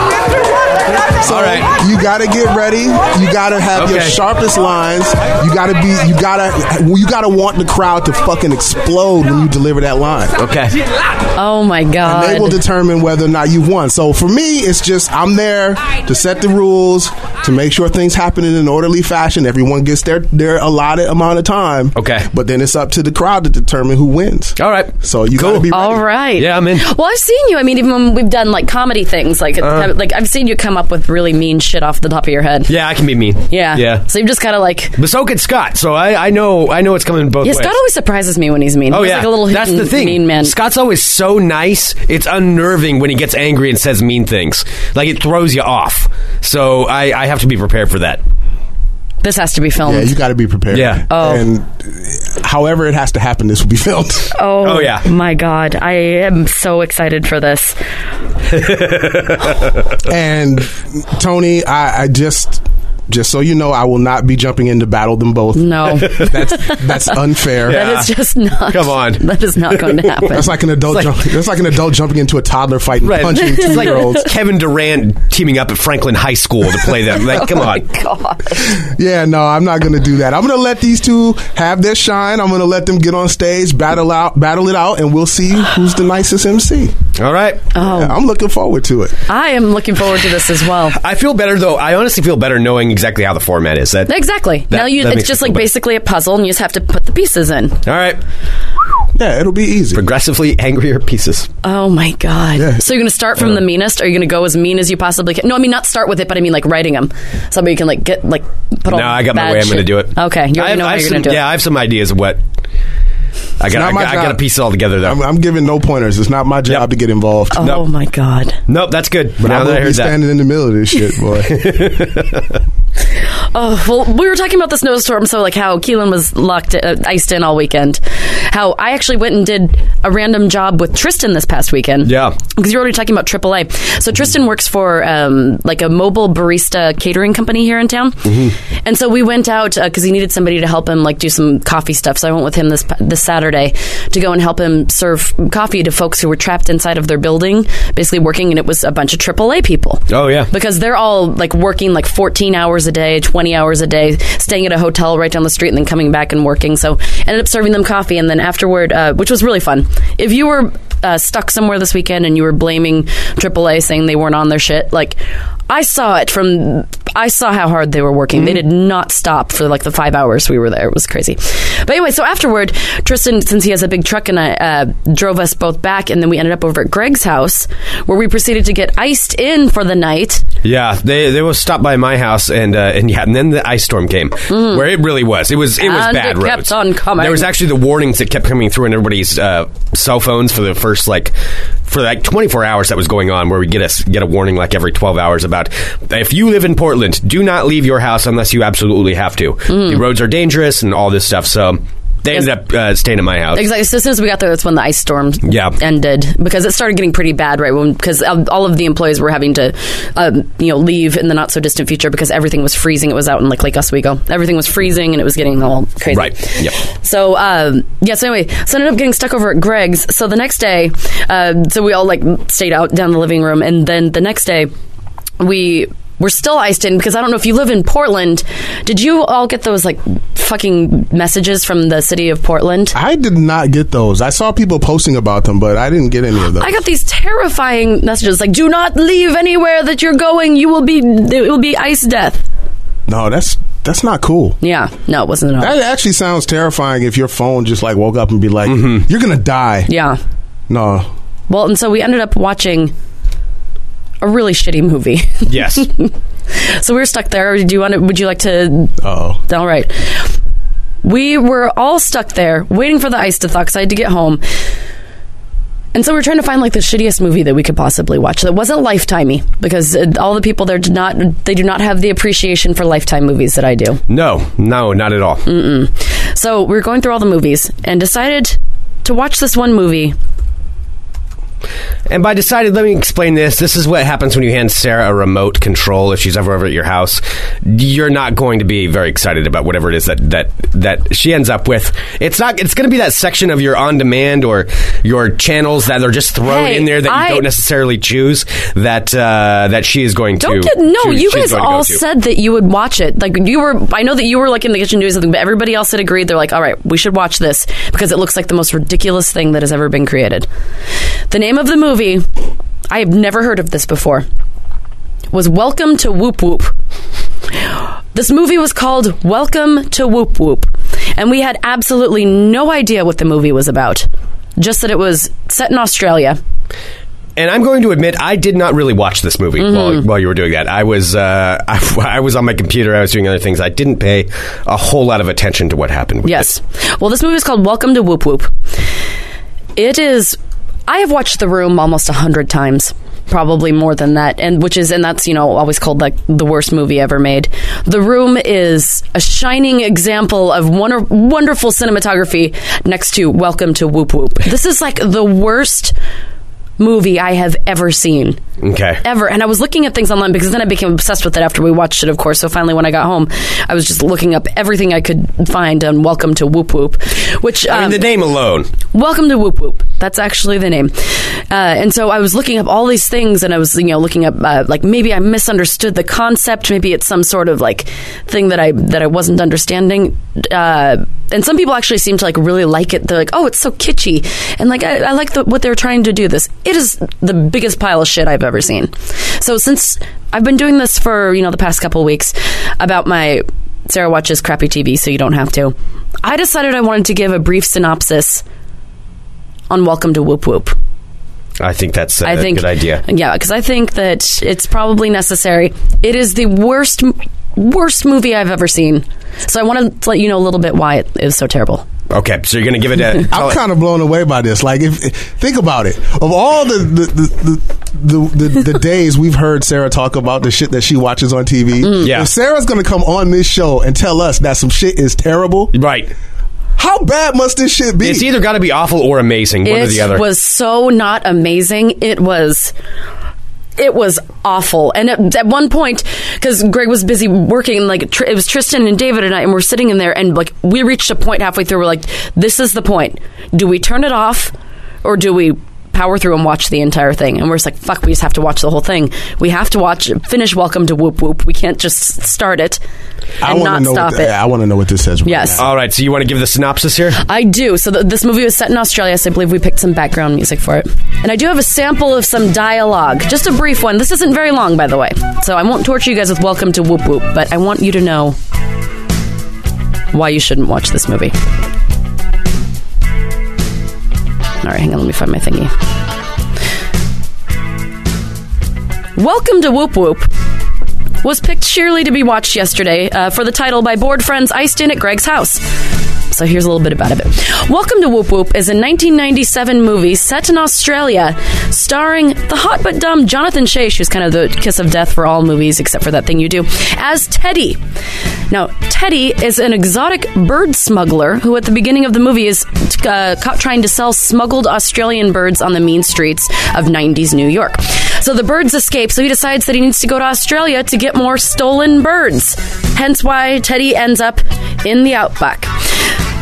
Speaker 6: All right.
Speaker 4: you gotta get ready. You gotta have your
Speaker 6: Okay.
Speaker 4: sharpest lines. You gotta be. You gotta. You gotta want the crowd to fucking explode when you deliver that line.
Speaker 6: Okay.
Speaker 7: Oh my god.
Speaker 4: And they will determine whether or not you've won. So for me, it's just I'm there to set the rules, to make sure things happen in an orderly fashion. Everyone gets their their allotted amount of time.
Speaker 6: Okay.
Speaker 4: But then it's up to the crowd to determine who wins.
Speaker 6: All right.
Speaker 4: So you gotta
Speaker 6: Cool.
Speaker 4: be ready.
Speaker 7: All right.
Speaker 6: Yeah, I'm in.
Speaker 7: Well, I've seen you. I mean, even when we've done like comedy things, like like I've seen you come up with really mean shit off the top of your head.
Speaker 6: Uh-huh. Yeah, I can be mean.
Speaker 7: Yeah.
Speaker 6: Yeah.
Speaker 7: So you've just kind of like.
Speaker 6: But so can Scott. So I, I know I know it's coming both
Speaker 7: Yeah,
Speaker 6: ways.
Speaker 7: Scott always surprises me when he's mean.
Speaker 6: Oh
Speaker 7: he's
Speaker 6: yeah,
Speaker 7: like a little
Speaker 6: that's
Speaker 7: hidden
Speaker 6: the thing.
Speaker 7: mean man.
Speaker 6: Scott's always so nice. It's unnerving when he gets angry and says mean things. Like it throws you off. So I, I have to be prepared for that.
Speaker 7: This has to be filmed.
Speaker 4: Yeah, you got to be prepared.
Speaker 6: Yeah.
Speaker 7: Oh.
Speaker 4: And however it has to happen, this will be filmed.
Speaker 7: oh,
Speaker 6: Oh, yeah.
Speaker 7: My God, I am so excited for this.
Speaker 4: and Tony, I, I just. Just so you know, I will not be jumping into battle them both.
Speaker 7: No,
Speaker 4: That's that's unfair.
Speaker 7: that is just not.
Speaker 6: Come on.
Speaker 7: that is not going to happen.
Speaker 4: That's like an adult.
Speaker 6: It's like-
Speaker 4: jump, that's like an adult jumping into a toddler fight and punching
Speaker 6: It's
Speaker 4: two year olds.
Speaker 6: like Kevin Durant teaming up at Franklin High School to play them. Like, come on.
Speaker 7: Oh God.
Speaker 4: Yeah, no, I'm not gonna do that. I'm gonna let these two have their shine. I'm gonna let them get on stage, battle out, battle it out, and we'll see who's the nicest MC.
Speaker 6: All right.
Speaker 7: Oh,
Speaker 4: I'm looking forward to it.
Speaker 7: I am looking forward to this as well.
Speaker 6: I feel better though. I honestly feel better knowing exactly how the format is. That,
Speaker 7: Exactly.
Speaker 6: That-
Speaker 7: now you,
Speaker 6: that
Speaker 7: it's
Speaker 6: makes
Speaker 7: just
Speaker 6: me feel
Speaker 7: like
Speaker 6: better.
Speaker 7: basically a puzzle, and you just have to put the pieces in.
Speaker 6: All right.
Speaker 4: Yeah, it'll be easy.
Speaker 6: Progressively angrier pieces.
Speaker 7: Oh my god!
Speaker 4: Yeah.
Speaker 7: So you're gonna start from the meanest? Or are you gonna go as mean as you possibly can? No, I mean not start with it, but I mean like writing them. Somebody can like get like put all.
Speaker 6: no, I got
Speaker 7: Oh, bad
Speaker 6: my way. I'm going to
Speaker 7: shit.
Speaker 6: do it.
Speaker 7: Okay, you already
Speaker 6: I have,
Speaker 7: know how
Speaker 6: I have
Speaker 7: you're
Speaker 6: some,
Speaker 7: gonna do
Speaker 6: Yeah, I
Speaker 7: it.
Speaker 6: have some ideas of what. I got.
Speaker 4: not
Speaker 6: I
Speaker 4: my
Speaker 6: got, I got to
Speaker 4: job.
Speaker 6: piece it all together though.
Speaker 4: I'm, I'm giving no pointers. It's not my job
Speaker 6: Yep.
Speaker 4: to get involved.
Speaker 7: oh
Speaker 6: no.
Speaker 7: my god!
Speaker 6: nope, that's good.
Speaker 4: But
Speaker 6: now that
Speaker 4: I will
Speaker 6: I
Speaker 4: be
Speaker 6: heard that,
Speaker 4: standing in the middle of this shit, boy.
Speaker 7: Oh well, we were talking about the snowstorm, so like how Keelan was locked, uh, iced in all weekend, how I actually went and did a random job with Tristan this past weekend.
Speaker 6: Yeah.
Speaker 7: Because you're already talking about AAA. So Tristan works for um, like a mobile barista catering company here in town. And so we went out because he needed somebody to help him like do some coffee stuff. So I went with him this this Saturday to go and help him serve coffee to folks who were trapped inside of their building, basically working. And it was a bunch of AAA people
Speaker 6: Oh yeah.
Speaker 7: because they're all like working like 14 hours a day 20 hours a day staying at a hotel right down the street and then coming back and working so ended up serving them coffee and then afterward uh, which was really fun if you were uh, stuck somewhere this weekend and you were blaming aaa saying they weren't on their shit like i saw it from i saw how hard they were working they did not stop for like the five hours we were there it was crazy but anyway so afterward tristan since he has a big truck and i uh, drove us both back and then we ended up over at greg's house where we proceeded to get iced in for the night
Speaker 6: Yeah, they they will stop by my house and uh, and yeah, and then the ice storm came, where it really was. It was it was
Speaker 7: Mm. And
Speaker 6: bad.
Speaker 7: it kept
Speaker 6: roads.
Speaker 7: on coming.
Speaker 6: There was actually the warnings that kept coming through in everybody's uh, cell phones for the first like for like 24 hours that was going on, where we get a get a warning like every 12 hours about if you live in Portland, do not leave your house unless you absolutely have to.
Speaker 7: Mm.
Speaker 6: The roads are dangerous and all this stuff. So they ended up uh, staying at my house.
Speaker 7: Exactly. So as soon as we got there, that's when the ice storm
Speaker 6: Yeah.
Speaker 7: ended because it started getting pretty bad right when because all of the employees were having to um, you know leave in the not so distant future because everything was freezing. It was out in like Lake Oswego. Everything was freezing and it was getting all crazy.
Speaker 6: Right. Yep.
Speaker 7: So um, yeah. So anyway, so I ended up getting stuck over at Greg's. So the next day, uh, so we all like stayed out down in the living room, and then the next day we. were still iced in because I don't know if you live in Portland. Did you all get those like fucking messages from the city of Portland?
Speaker 4: I did not get those. I saw people posting about them, but I didn't get any of those.
Speaker 7: I got these terrifying messages like, "Do not leave anywhere that you're going. You will be it will be ice death."
Speaker 4: no, that's that's not cool.
Speaker 7: Yeah, no, it wasn't at all.
Speaker 4: That actually sounds terrifying. If your phone just like woke up and be like, "You're gonna die."
Speaker 7: yeah,
Speaker 4: No,
Speaker 7: well, and so we ended up watching a really shitty movie.
Speaker 6: Yes.
Speaker 7: so we were stuck there. Do you want? To, would you like to?
Speaker 4: oh,
Speaker 7: All right. We were all stuck there waiting for the ice to thaw because I had to get home. And so we were trying to find like the shittiest movie that we could possibly watch that wasn't lifetimey because uh, all the people there did not they do not have the appreciation for lifetime movies that I do.
Speaker 6: no. No. Not at all.
Speaker 7: So we were going through all the movies and decided to watch this one movie.
Speaker 6: And by decided, let me explain this. This is what happens when you hand Sarah a remote control if she's ever over at your house. You're not going to be very excited about whatever it is that that that she ends up with. It's not. It's going to be that section of your on demand or your channels that are just thrown
Speaker 7: Hey,
Speaker 6: in there that
Speaker 7: I-
Speaker 6: you don't necessarily choose. That uh, that she is going to.
Speaker 7: Don't get no.
Speaker 6: she-
Speaker 7: you
Speaker 6: she's
Speaker 7: guys
Speaker 6: going to go
Speaker 7: all
Speaker 6: to.
Speaker 7: said that you would watch it. Like you were. I know that you were like in the kitchen doing something, but everybody else had agreed. They're like, all right, we should watch this because it looks like the most ridiculous thing that has ever been created. The name of the movie I have never heard of this before was Welcome to Whoop Whoop. This movie was called Welcome to Whoop Whoop, and we had absolutely no idea what the movie was about. Just that it was set in Australia.
Speaker 6: And I'm going to admit, I did not really watch this movie
Speaker 7: Mm-hmm.
Speaker 6: while, while you were doing that. I was uh, I, I was on my computer. I was doing other things. I didn't pay a whole lot of attention to what happened. With
Speaker 7: Yes. Well, this movie is called Welcome to Whoop Whoop. It is. I have watched The Room almost a hundred times, probably more than that, and which is and that's you know always called like the worst movie ever made. The Room is a shining example of wonder, wonderful cinematography next to Welcome to Whoop Whoop. This is like the worst movie I have ever seen
Speaker 6: Okay.
Speaker 7: ever. And I was looking at things online because then I became obsessed with it after we watched it, of course. So finally, when I got home, I was just looking up everything I could find on Welcome to Whoop Whoop, which um,
Speaker 6: I mean, the name alone.
Speaker 7: Welcome to Whoop Whoop. That's actually the name. Uh, and so I was looking up all these things, and I was you know looking up uh, like maybe I misunderstood the concept. Maybe it's some sort of like thing that I that I wasn't understanding. Uh, and some people actually seem to like really like it. They're like, oh, it's so kitschy, and like I, I like the, what they're trying to do. This it is the biggest pile of shit I've ever seen. So since I've been doing this for you know the past couple weeks about my Sarah watches crappy TV, so you don't have to. I decided I wanted to give a brief synopsis on Welcome to Whoop Whoop.
Speaker 6: I think that's a
Speaker 7: I think
Speaker 6: good idea.
Speaker 7: Yeah, because I think that it's probably necessary. It is the worst, worst movie I've ever seen. So I want to let you know a little bit why it is so terrible.
Speaker 6: Okay, so you're going to give it a. tell
Speaker 4: I'm
Speaker 6: it-
Speaker 4: kind of blown away by this. Like, if think about it, of all the the the the, the, the, the days we've heard Sarah talk about the shit that she watches on TV,
Speaker 6: Yeah.
Speaker 4: if Sarah's gonna come on this show and tell us that some shit is terrible,
Speaker 6: right.
Speaker 4: How bad must this shit be?
Speaker 6: It's either got to be awful or amazing, one or the other.
Speaker 7: It was so not amazing. It was. It was awful, and at, at one point, because Greg was busy working, and like tr- it was Tristan and David and I, and we're sitting in there, and like we reached a point halfway through, we're like, "This is the point. Do we turn it off, or do we power through and watch the entire thing?" And we're just like, "Fuck, we just have to watch the whole thing. We have to watch finish Welcome to Whoop Whoop. We can't just start it
Speaker 4: I
Speaker 7: and
Speaker 4: want
Speaker 7: not
Speaker 4: to know.
Speaker 7: stop
Speaker 4: What the-
Speaker 7: it."
Speaker 4: I want to know what this says. Right
Speaker 7: Yes.
Speaker 4: now.
Speaker 6: All right, so you want to give the synopsis here?
Speaker 7: I do. So th- this movie was set in Australia, so I believe we picked some background music for it. And I do have a sample of some dialogue, just a brief one. This isn't very long, by the way. So I won't torture you guys with Welcome to Whoop Whoop, but I want you to know why you shouldn't watch this movie. All right, hang on, let me find my thingy. Welcome to Whoop Whoop was picked sheerly to be watched yesterday uh, for the title by board friends iced in at Greg's house. So here's a little bit about it. Welcome to Whoop Whoop is a 1997 movie set in Australia, starring the hot but dumb Jonathan Shaish, who's kind of the kiss of death for all movies except for that thing you do, as Teddy. Now, Teddy is an exotic bird smuggler who, at the beginning of the movie, is uh, caught trying to sell smuggled Australian birds on the mean streets of 90s New York. So the birds escape, so he decides that he needs to go to Australia to get more stolen birds. Hence why Teddy ends up in the outback.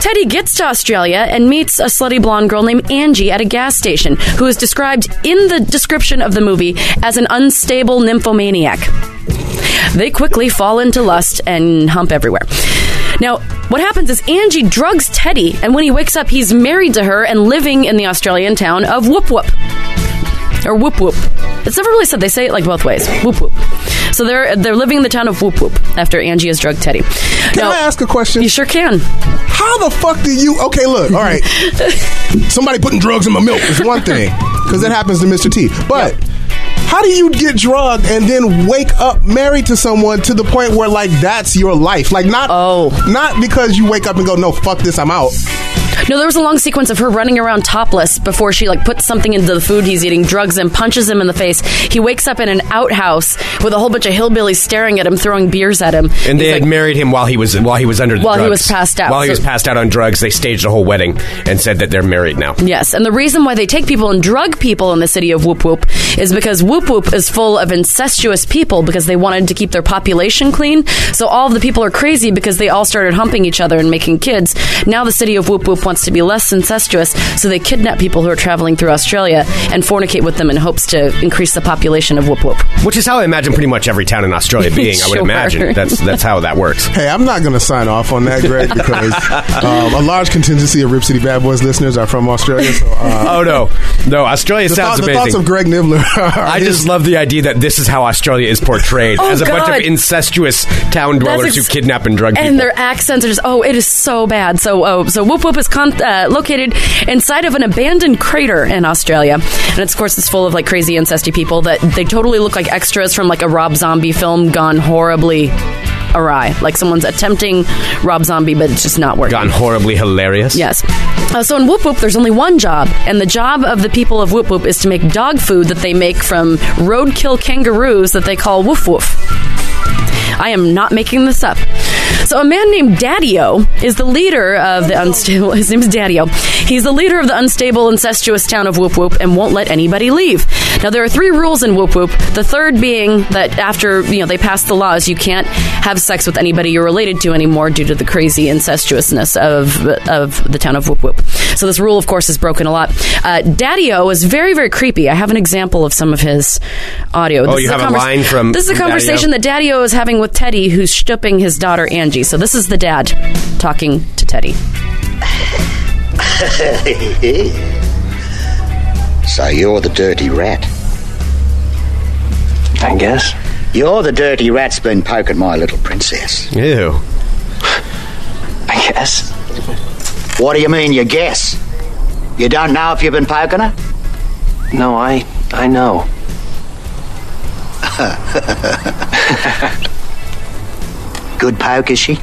Speaker 7: Teddy gets to Australia and meets a slutty blonde girl named Angie at a gas station, who is described in the description of the movie as an unstable nymphomaniac. They quickly fall into lust and hump everywhere. Now, what happens is Angie drugs Teddy, and when he wakes up, he's married to her and living in the Australian town of Whoop Whoop. Or Whoop Whoop. It's never really said. They say it like both ways. Whoop Whoop. So they're they're living in the town of Whoop Whoop after Angie has drugged Teddy.
Speaker 4: Can I ask a question? You
Speaker 7: sure can.
Speaker 4: How the fuck do you? Okay, look. All right. Somebody putting drugs in my milk is one thing because that happens to Mr. T. But how do you get drugged and then wake up married to someone to the point where like that's your life? Like not oh not because you wake up and go no fuck this I'm out.
Speaker 7: No, there was a long sequence of her running around topless before she like puts something into the food he's eating, drugs him, punches him in the face. He wakes up in an outhouse with a whole bunch of hillbillies staring at him, throwing beers at him.
Speaker 6: And they had married him while he was while he was under the
Speaker 7: While he
Speaker 6: drugs.
Speaker 7: was passed out.
Speaker 6: While he
Speaker 7: So-
Speaker 6: was passed out on drugs, they staged a whole wedding and said that they're married now.
Speaker 7: Yes, and the reason why they take people and drug people in the city of Whoop Whoop is because Whoop Whoop is full of incestuous people because they wanted to keep their population clean. So all of the people are crazy because they all started humping each other and making kids. Now the city of Whoop Whoop wants to be less incestuous, so they kidnap people who are traveling through Australia and fornicate with them in hopes to increase the population of Whoop Whoop.
Speaker 6: Which is how I imagine pretty much every town in Australia being. I would
Speaker 7: Sure.
Speaker 6: imagine that's that's how that works.
Speaker 4: Hey, I'm not going to sign off on that, Greg, because um, a large contingency of Rip City Bad Boys listeners are from Australia. So, uh,
Speaker 6: Oh no, no! Australia
Speaker 4: the,
Speaker 6: sounds
Speaker 4: thought- the
Speaker 6: amazing.
Speaker 4: thoughts of Greg Nibbler. are
Speaker 6: I just love the idea that this is how Australia is portrayed
Speaker 7: Oh,
Speaker 6: as a bunch
Speaker 7: God.
Speaker 6: of incestuous town
Speaker 7: That's
Speaker 6: dwellers
Speaker 7: ex-
Speaker 6: who kidnap and drug people.
Speaker 7: and their accents are just oh it is so bad so oh, so whoop whoop is con- uh, located inside of an abandoned crater in australia and it's, of course it's full of like crazy incesty people that they totally look like extras from like a rob zombie film gone horribly awry like someone's attempting rob zombie but it's just not working
Speaker 6: Gone horribly hilarious.
Speaker 7: Yes. Uh, so in Whoop Whoop, there's only one job, and the job of the people of Whoop Whoop is to make dog food that they make from roadkill kangaroos that they call Woof Woof. I am not making this up. So a man named Daddio is the leader of the unstable. His name is Daddio. He's the leader of the unstable, incestuous town of Whoop Whoop, and won't let anybody leave. Now there are three rules in Whoop Whoop. The third being that after you know they pass the laws, you can't have sex with anybody you're related to anymore due to the crazy incestuousness of of the town of Whoop Whoop. So this rule, of course, is broken a lot. Uh, Daddio is very very creepy. I have an example of some of his audio.
Speaker 6: Oh, you
Speaker 7: is
Speaker 6: have a line from
Speaker 7: This is a
Speaker 6: Daddio?
Speaker 7: conversation that Daddy O is having with Teddy, who's shtupping his daughter Angie. So this is the dad talking to Teddy.
Speaker 11: so you're the dirty rat. I guess. You're the dirty rat's been poking my little princess.
Speaker 6: Ew.
Speaker 11: I guess. What do you mean, you guess? You don't know if you've been poking her? No, I I know. Good poke, is she?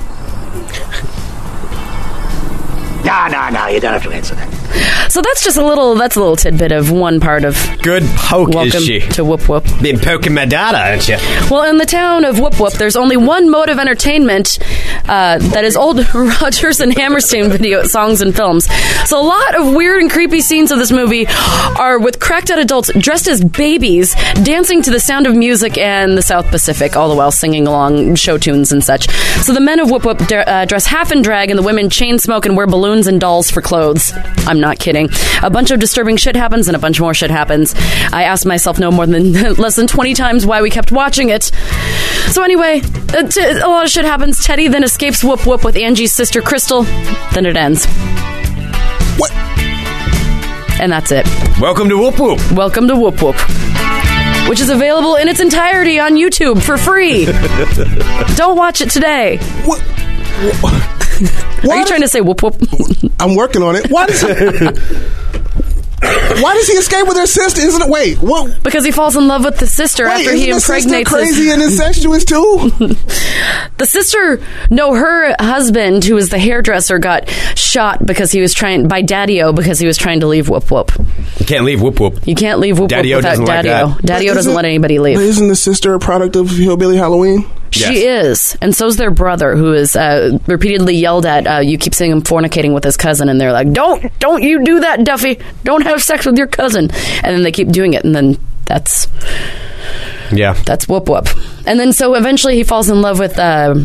Speaker 11: No, no, no, you don't have to answer that.
Speaker 7: So that's just a little. That's a little tidbit of one part of
Speaker 6: good poke.
Speaker 7: Welcome
Speaker 6: is she?
Speaker 7: to whoop whoop.
Speaker 6: Been poking my data, aren't you?
Speaker 7: Well, in the town of Whoop Whoop, there's only one mode of entertainment uh, that is old Rogers and Hammerstein video songs and films. So a lot of weird and creepy scenes of this movie are with cracked out adults dressed as babies dancing to the sound of music and the South Pacific, all the while singing along show tunes and such. So the men of Whoop Whoop dre- uh, dress half in drag, and the women chain smoke and wear balloons and dolls for clothes. I'm not kidding. A bunch of disturbing shit happens, and a bunch more shit happens. I asked myself no more than less than 20 times why we kept watching it. So anyway, uh, t- a lot of shit happens. Teddy then escapes Whoop Whoop with Angie's sister Crystal. Then it ends. What? And that's it.
Speaker 6: Welcome to Whoop Whoop.
Speaker 7: Welcome to Whoop Whoop. Which is available in its entirety on YouTube for free. Don't watch it today. What? Are you trying to say whoop whoop?
Speaker 4: I'm working on it. Why does Why does he escape with her sister? Isn't it? Wait, what?
Speaker 7: Because he falls in love with the sister
Speaker 4: Wait,
Speaker 7: after he
Speaker 4: isn't the sister
Speaker 7: impregnates
Speaker 4: crazy and incestuous too.
Speaker 7: the sister, no, her husband, who was the hairdresser, got shot because he was trying by Daddy-O because he was trying to leave Whoop Whoop.
Speaker 6: You can't leave Whoop Whoop.
Speaker 7: You can't leave Whoop Whoop
Speaker 6: Daddy-O
Speaker 7: without
Speaker 6: doesn't like
Speaker 7: Daddy-O.
Speaker 6: that.
Speaker 7: Daddy-O
Speaker 6: But
Speaker 7: doesn't
Speaker 6: isn't-
Speaker 7: let anybody leave.
Speaker 4: But isn't the sister a product of Hillbilly Halloween?
Speaker 7: She is, and so's their brother, who is uh, repeatedly yelled at. Uh, you keep seeing him fornicating with his cousin, and they're like, "Don't, don't you do that, Duffy? Don't have sex with your cousin." And then they keep doing it, and then that's
Speaker 6: Yeah.
Speaker 7: that's whoop whoop. And then so eventually he falls in love with uh,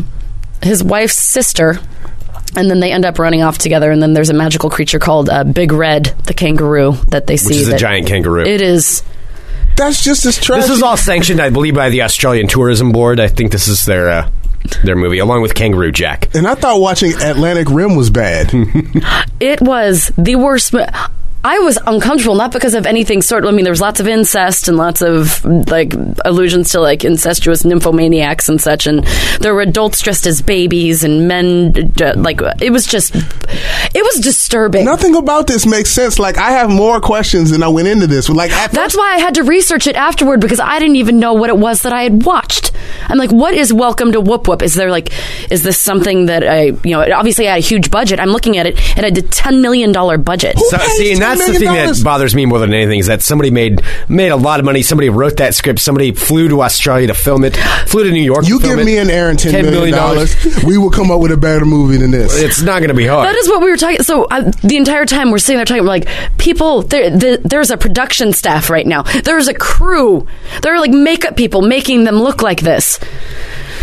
Speaker 7: his wife's sister. And then they end up running off together. And then there's a magical creature called uh, Big Red, the kangaroo that they see.
Speaker 6: Which is a
Speaker 7: that-
Speaker 6: giant kangaroo.
Speaker 7: It is.
Speaker 4: That's just as trash.
Speaker 6: This is all sanctioned, I believe, by the Australian Tourism Board. I think this is their uh, their movie, along with Kangaroo Jack.
Speaker 4: And I thought watching Atlantic Rim was bad.
Speaker 6: Hmm.
Speaker 7: It was the worst. mo- I was uncomfortable, not because of anything sort. I mean, there was lots of incest and lots of like allusions to like incestuous nymphomaniacs and such, and there were adults dressed as babies and men. uh, Like it was just, it was disturbing.
Speaker 4: Nothing about this makes sense. Like I have more questions than I went into this. Like at
Speaker 7: That's why I had to research it afterward because I didn't even know what it was that I had watched. I'm like, what is Welcome to Whoop Whoop? Is there like, is this something that I, you know, it obviously I had a huge budget. I'm looking at it, it had a $10 million budget.
Speaker 6: So, see, and that's the thing that bothers me more than anything is that somebody made made a lot of money. Somebody wrote that script. Somebody flew to Australia to film it. Flew to New York.
Speaker 4: you
Speaker 6: to film
Speaker 4: give
Speaker 6: it.
Speaker 4: me and Aaron ten
Speaker 6: $10
Speaker 4: million
Speaker 6: million
Speaker 4: dollars, we will come up with a better movie than this.
Speaker 6: It's not going to be hard.
Speaker 7: That is what we were talking. So uh, the entire time we're sitting there talking, we're like, people, there, there, there's a production staff right now. There's a crew. There are like makeup people making them look like this.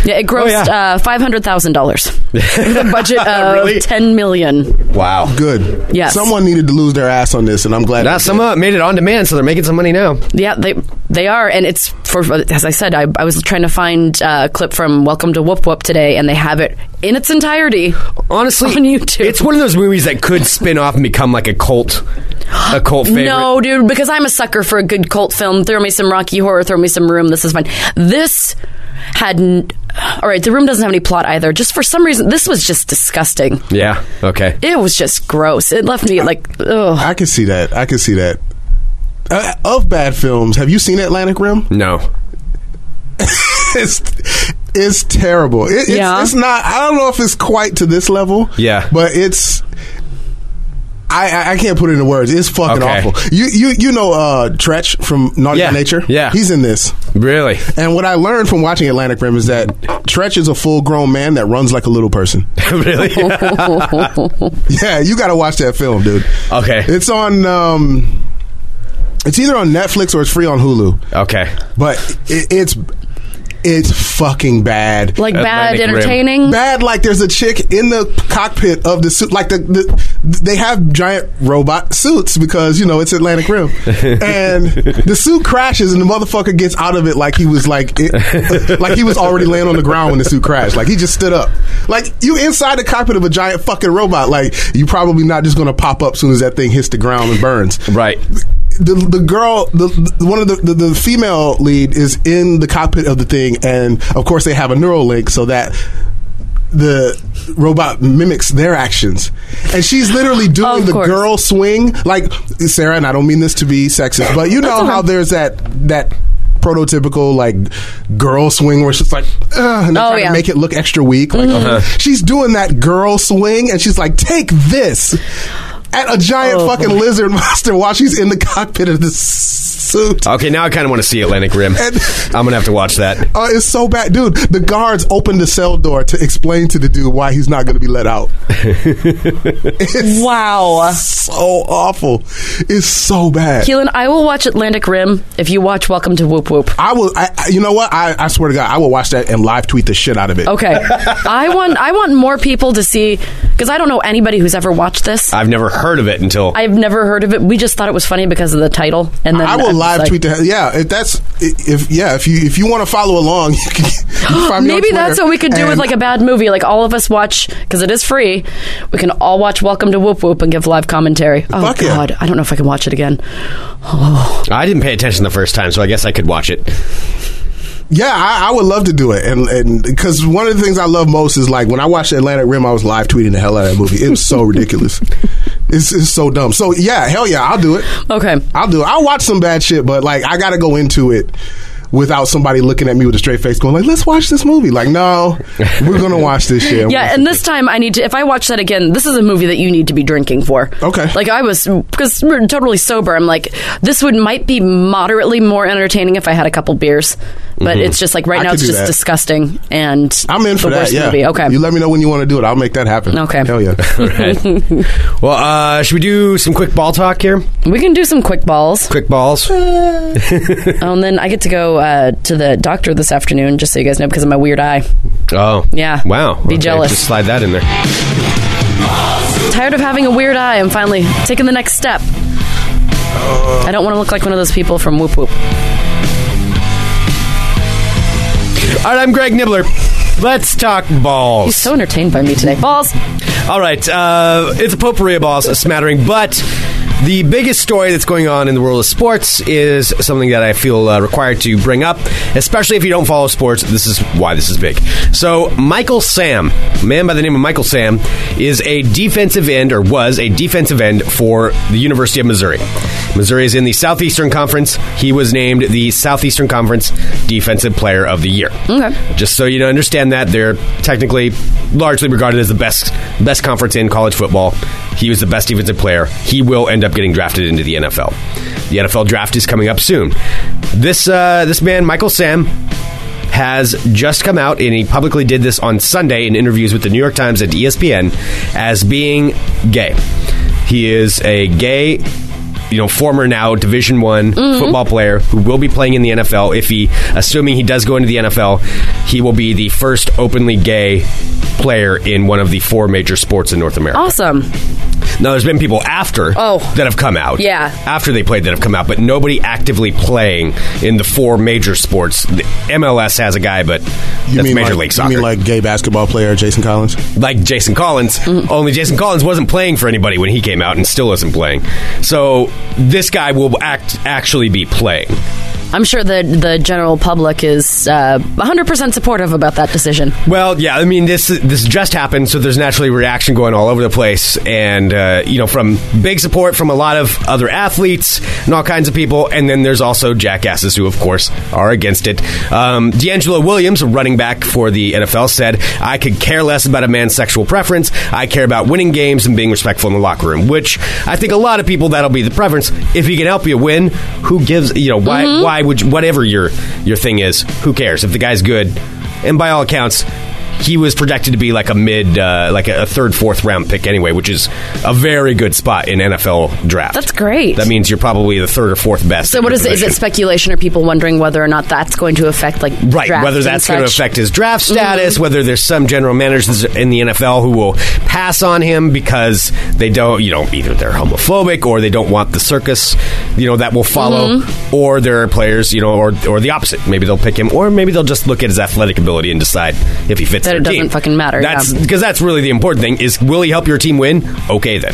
Speaker 7: Yeah, it grossed uh, five hundred thousand dollars. The budget of ten million.
Speaker 6: Wow,
Speaker 4: good.
Speaker 7: Yes.
Speaker 4: someone neneeded to lose their ass on this, and I'm glad.
Speaker 6: Now, some uh, made it on demand, so they're making some money now.
Speaker 7: Yeah, they they are, and it's for as I said, I, I was trying to find uh, a clip from Welcome to Whoop Whoop today, and they have it in its entirety.
Speaker 6: Honestly,
Speaker 7: on YouTube,
Speaker 6: It's one of those movies that could spin off and become like a cult, a cult favorite.
Speaker 7: No, dude, because I'm a sucker for a good cult film. Throw me some Rocky Horror, throw me some Room. This is fine. This had. N- All right, the Room doesn't have any plot either. Just for some reason, this was just disgusting.
Speaker 6: Yeah. Okay.
Speaker 7: It was just gross. It left me like, ugh.
Speaker 4: I can see that. I can see that. Uh, of bad films, have you seen Atlantic Rim?
Speaker 6: No.
Speaker 4: it's it's terrible. It, it's,
Speaker 7: Yeah.
Speaker 4: it's not. I don't know if it's quite to this level.
Speaker 6: Yeah.
Speaker 4: but it's. I, I- I can't put it into words. It's fucking
Speaker 6: Okay.
Speaker 4: awful. You you you know uh Tretch from Naughty
Speaker 6: Yeah.
Speaker 4: by Nature.
Speaker 6: Yeah.
Speaker 4: he's in this.
Speaker 6: Really?
Speaker 4: And what I learned from watching Atlantic Rim is that Tretch is a full grown man that runs like a little person.
Speaker 6: really?
Speaker 4: yeah, you got to watch that film, dude.
Speaker 6: Okay.
Speaker 4: It's on. um It's either on Netflix or it's free on Hulu.
Speaker 6: Okay.
Speaker 4: But it, it's it's fucking bad.
Speaker 7: like bad,
Speaker 6: Atlantic Rim.
Speaker 7: entertaining.
Speaker 4: Bad, like there's a chick in the cockpit of the suit. Like the, the they have giant robot suits because you know it's Atlantic Rim, and the suit crashes and the motherfucker gets out of it like he was like it, uh, like he was already laying on the ground when the suit crashed. Like he just stood up. Like you inside the cockpit of a giant fucking robot. Like you probably not just gonna pop up soon as that thing hits the ground and burns
Speaker 6: Right.
Speaker 4: the the girl the, the- one of the, the the female lead is in the cockpit of the thing and of course they have a neural link so that the robot mimics their actions and she's literally doing
Speaker 7: Of
Speaker 4: the
Speaker 7: course.
Speaker 4: girl swing like sarah and i don't mean this to be sexist but you know how there's that that prototypical like girl swing where she's like Ugh, and they
Speaker 7: Oh,
Speaker 4: try
Speaker 7: yeah. Mm-hmm.
Speaker 4: to make it look extra weak like she's doing that girl swing and she's like take this at a
Speaker 7: Oh,
Speaker 4: giant fucking lizard monster while she's in the cockpit of the suit.
Speaker 6: Okay, now I kind of want to see Atlantic Rim. I'm gonna have to watch that.
Speaker 4: Uh, it's so bad, dude. The guards opened the cell door to explain to the dude why he's not going to be let out.
Speaker 7: wow,
Speaker 4: so awful. It's so bad.
Speaker 7: Keelan, I will watch Atlantic Rim if you watch Welcome to Whoop Whoop.
Speaker 4: I will. I, I- you know what? I, I swear to God, I will watch that and live tweet the shit out of it.
Speaker 7: Okay, I want I want more people to see because I don't know anybody who's ever watched this.
Speaker 6: I've never heard of it until
Speaker 7: I've never heard of it. We just thought it was funny because of the title, and then
Speaker 4: I will
Speaker 7: I'm just
Speaker 4: live
Speaker 7: like-
Speaker 4: tweet the yeah. If that's if yeah if you if you want to follow along, you can, you can find me on
Speaker 7: Maybe that's
Speaker 4: Twitter.
Speaker 7: what we could do with
Speaker 4: And
Speaker 7: like a bad movie. Like all of us watch because it is free. We can all watch Welcome to Whoop Whoop and give live commentary. Oh
Speaker 6: Fuck yeah.
Speaker 7: God, I don't know if I can watch it again.
Speaker 6: I didn't pay attention the first time, so I guess I could watch it.
Speaker 4: Yeah, I, I would love to do it, and and because one of the things I love most is like when I watched Atlantic Rim, I was live tweeting the hell out of that movie. It was so ridiculous. It's, it's so dumb. So yeah, hell yeah, I'll do it.
Speaker 7: Okay,
Speaker 4: I'll do it. I'll watch some bad shit, but like I gotta go into it without somebody looking at me with a straight face, going like, "Let's watch this movie." Like, no, we're gonna watch this shit.
Speaker 7: yeah, and this time I need to. If I watch that again, this is a movie that you need to be drinking for. Okay, like I was because we're totally sober. I'm like, this would might be moderately more entertaining if I had a couple beers, but
Speaker 4: Mhm.
Speaker 7: it's just like right
Speaker 4: I
Speaker 7: now
Speaker 4: could
Speaker 7: it's
Speaker 4: do
Speaker 7: just
Speaker 4: that.
Speaker 7: disgusting. And
Speaker 4: I'm in for
Speaker 7: the
Speaker 4: that.
Speaker 7: worst
Speaker 4: Yeah.
Speaker 7: movie. Okay,
Speaker 4: You let me know when you want to do it. I'll make that happen.
Speaker 7: Okay.
Speaker 4: Hell yeah.
Speaker 6: Well, uh, should we do some quick ball talk here?
Speaker 7: We can do some quick balls.
Speaker 6: Quick balls.
Speaker 7: Oh, and then I get to go uh, to the doctor this afternoon, just so you guys know, because of my weird eye.
Speaker 6: Oh.
Speaker 7: Yeah.
Speaker 6: Wow.
Speaker 7: Be jealous.
Speaker 6: Just slide that in there.
Speaker 7: Tired of having a weird eye. I'm finally taking the next step. I don't want to look like one of those people from Whoop Whoop.
Speaker 6: All right, I'm Greg Nibbler. Let's talk balls. He's
Speaker 7: so entertained by me today. Balls.
Speaker 6: All right, uh, it's a potpourri of balls, a smattering, but the biggest story that's going on in the world of sports is something that I feel uh, required to bring up, especially if you don't follow sports. This is why this is big. So, Michael Sam, a man by the name of Michael Sam, is a defensive end, or was a defensive end for the University of Missouri. Missouri is in the Southeastern Conference. He was named the Southeastern Conference Defensive Player of the Year.
Speaker 7: Okay.
Speaker 6: Just so you understand that they're technically largely regarded as the best best conference in college football. He was the best defensive player. He will end up getting drafted into the NFL. The NFL draft is coming up soon. This uh, this man, Michael Sam, has just come out and he publicly did this on Sunday in interviews with the New York Times and E ESPN as being gay. He is a gay you know former now division 1 football player who will be playing in the NFL if he assuming he does go into the NFL he will be the first openly gay player in one of the four major sports in North America.
Speaker 7: Awesome.
Speaker 6: Now there's been people after
Speaker 7: Oh.
Speaker 6: that have come out.
Speaker 7: Yeah.
Speaker 6: After they played that have come out, but nobody actively playing in the four major sports. The MLS has a guy, but that's Major
Speaker 4: like,
Speaker 6: League Soccer.
Speaker 4: You mean like gay basketball player Jason Collins?
Speaker 6: like Jason Collins,
Speaker 7: Mm.
Speaker 6: only Jason Collins wasn't playing for anybody when he came out and still isn't playing. So this guy will act actually be playing.
Speaker 7: I'm sure the the general public is uh, 100% supportive about that decision.
Speaker 6: Well, yeah, I mean this this just happened, so there's naturally reaction going all over the place, and uh, you know from big support from a lot of other athletes and all kinds of people, and then there's also jackasses who, of course, are against it. Um, D'Angelo Williams, a running back for the NFL, said, "I could care less about a man's sexual preference. I care about winning games and being respectful in the locker room." Which I think a lot of people that'll be the preference. If he can help you win, who gives? You know why? Why would you, whatever your your thing is? Who cares if the guy's good? and by all accounts he was projected to be like a mid uh, like a third fourth round pick anyway which is a very good spot in nfl draft
Speaker 7: That's great.
Speaker 6: that means you're probably the third or fourth best
Speaker 7: so
Speaker 6: at
Speaker 7: what
Speaker 6: your
Speaker 7: is it? Is it
Speaker 6: position.
Speaker 7: speculation? Are people wondering whether or not that's going to affect like
Speaker 6: Right,
Speaker 7: drafts
Speaker 6: whether
Speaker 7: and
Speaker 6: that's going to
Speaker 7: such? Mm-hmm.
Speaker 6: affect his draft status, whether there's some general managers in the NFL who will pass on him because they don't, you know, either they're homophobic or they don't want the circus, you know, that will follow,
Speaker 7: Mm-hmm.
Speaker 6: or there are players, you know, or or the opposite. Maybe they'll pick him, or maybe they'll just look at his athletic ability and decide if he fits
Speaker 7: That
Speaker 6: their
Speaker 7: it
Speaker 6: team.
Speaker 7: doesn't fucking matter,
Speaker 6: That's
Speaker 7: yeah.
Speaker 6: because that's really the important thing: is will he help your team win? Okay, then.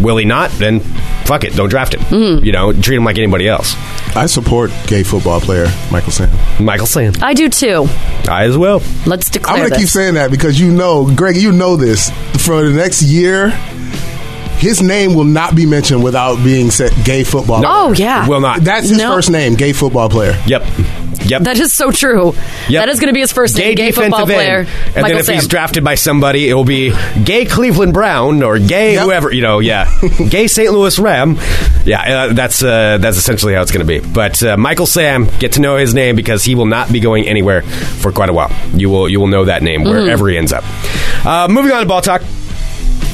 Speaker 6: Will he not? Then fuck it, don't draft him.
Speaker 7: Mm-hmm.
Speaker 6: You know, treat him like anybody else.
Speaker 4: I support gay football player Michael Sam.
Speaker 6: Michael Sam.
Speaker 7: I do too.
Speaker 6: I as well.
Speaker 7: Let's declare
Speaker 4: I'm gonna
Speaker 7: this.
Speaker 4: keep saying that because you know, Greg, you know this. For the next year, his name will not be mentioned without being said gay football.
Speaker 6: No.
Speaker 7: Oh, yeah.
Speaker 6: It will not.
Speaker 4: That's his
Speaker 7: No.
Speaker 4: first name, gay football player.
Speaker 6: Yep. Yep.
Speaker 7: That is so true.
Speaker 6: Yep.
Speaker 7: That is going to be his first
Speaker 6: gay
Speaker 7: name. Gay
Speaker 6: defensive end.
Speaker 7: football player.
Speaker 6: And
Speaker 7: Michael
Speaker 6: then if
Speaker 7: Sam.
Speaker 6: he's drafted by somebody, it will be gay Cleveland Brown or gay whoever. You know, yeah, gay St. Louis Ram. Yeah, uh, that's uh, that's essentially how it's going to be. But uh, Michael Sam, get to know his name because he will not be going anywhere for quite a while. You will you will know that name wherever he ends up. Uh, moving on to ball talk.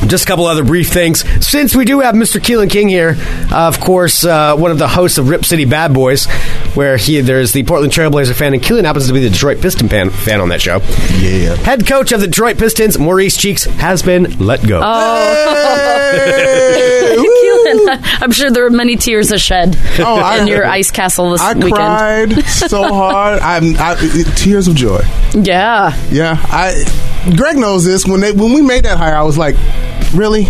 Speaker 6: Just a couple other brief things. Since we do have Mr. Keelan King here, uh, of course, uh, one of the hosts of Rip City Bad Boys, where he there's the Portland Trailblazer fan, and Keelan happens to be the Detroit Piston fan, fan on that show. Yeah. Head coach of the Detroit Pistons, Maurice Cheeks, has been let go.
Speaker 4: Oh.
Speaker 7: Oh. Keelan, I'm sure there are many tears a shed
Speaker 4: Oh, I-
Speaker 7: in your ice castle this
Speaker 4: I
Speaker 7: weekend.
Speaker 4: cried so hard. I'm I, it- tears of joy.
Speaker 7: Yeah.
Speaker 4: Yeah. I. Greg knows this. When they when we made that hire, I was like, really.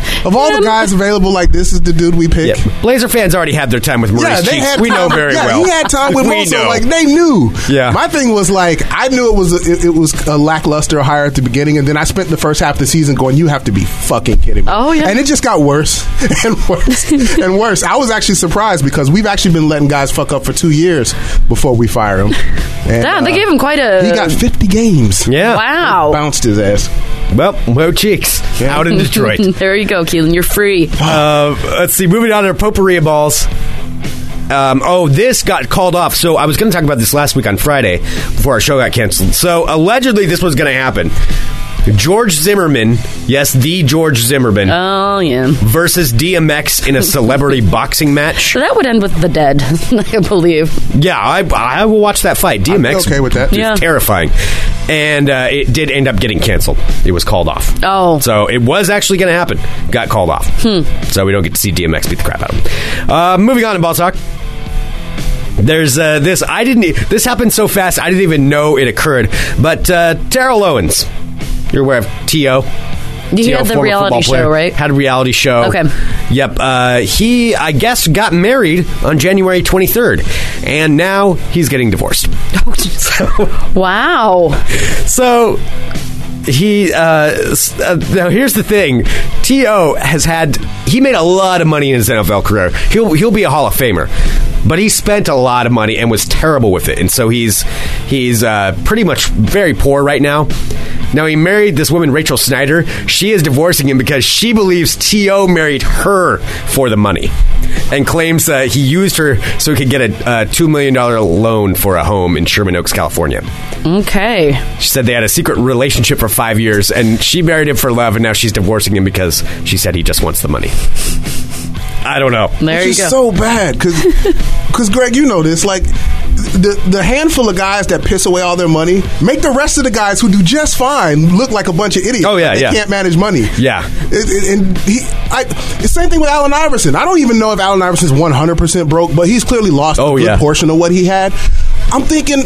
Speaker 4: Of all the guys available, like this is the dude we pick.
Speaker 6: Blazer fans already had their time with Maurice
Speaker 4: Yeah, they
Speaker 6: Cheeks.
Speaker 4: had
Speaker 6: we know
Speaker 4: time-
Speaker 6: very
Speaker 4: yeah,
Speaker 6: well.
Speaker 4: He had time with
Speaker 6: we
Speaker 4: most of
Speaker 6: know.
Speaker 4: them. Like they knew.
Speaker 6: Yeah.
Speaker 4: My thing was like I knew it was a, it, it was a lackluster hire at the beginning, and then I spent the first half of the season going, "You have to be fucking kidding me!" Oh yeah. And it just got worse and worse and worse. I was actually surprised because we've actually been letting guys fuck up for two years before we fire him. And,
Speaker 7: Damn, they
Speaker 4: uh,
Speaker 7: gave him quite a.
Speaker 4: He got fifty games.
Speaker 6: Yeah.
Speaker 7: Wow.
Speaker 4: Bounced his ass.
Speaker 6: Well, Mo Cheeks out in Detroit.
Speaker 7: there you go, Keelan. You're free.
Speaker 6: Uh, let's see. Moving on to potpourri of balls. Um, oh, this got called off. So I was going to talk about this last week on Friday before our show got canceled. So allegedly, this was going to happen. George Zimmerman, yes, the George Zimmerman.
Speaker 7: Oh yeah.
Speaker 6: Versus DMX in a celebrity boxing match.
Speaker 7: So that would end with the dead, I believe.
Speaker 6: Yeah, I, I will watch that fight. DMX
Speaker 4: okay with that.
Speaker 6: is
Speaker 7: Yeah.
Speaker 6: terrifying, and uh, it did end up getting canceled. It was called off.
Speaker 7: Oh, Hmm.
Speaker 6: so it was actually going to happen. Got called off. So we don't get to see DMX beat the crap out of him. Uh, moving on in ball talk. There's uh, this. I didn't. e- This happened so fast. I didn't even know it occurred. But uh, Terrell Owens, you're aware of T.O.
Speaker 7: He
Speaker 6: T.O.,
Speaker 7: had the
Speaker 6: former
Speaker 7: reality
Speaker 6: football player,
Speaker 7: show, right?
Speaker 6: Had a reality show.
Speaker 7: Okay.
Speaker 6: Yep. Uh, he, I guess, got married on January 23rd, and now he's getting divorced.
Speaker 7: wow.
Speaker 6: So he uh, s- uh now here's the thing to has had he made a lot of money in his nfl career he'll he'll be a hall of famer but he spent a lot of money and was terrible with it and so he's he's uh, pretty much very poor right now now he married this woman rachel snyder she is divorcing him because she believes to married her for the money and claims that he used her so he could get a, a $2 million loan for a home in sherman oaks california
Speaker 7: Okay.
Speaker 6: she said they had a secret relationship for five years, and she married him for love, and now she's divorcing him because she said he just wants the money. I don't know.
Speaker 7: There you
Speaker 4: Which
Speaker 7: go.
Speaker 4: is so bad because Greg, you know this. Like the the handful of guys that piss away all their money make the rest of the guys who do just fine look like a bunch of idiots.
Speaker 6: Oh, yeah,
Speaker 4: they
Speaker 6: yeah.
Speaker 4: can't manage money.
Speaker 6: Yeah.
Speaker 4: It- it- and he, I, the same thing with Allen Iverson. I don't even know if Allen Iverson's one hundred percent broke, but he's clearly lost
Speaker 6: Oh,
Speaker 4: a good
Speaker 6: yeah.
Speaker 4: portion of what he had. I'm thinking.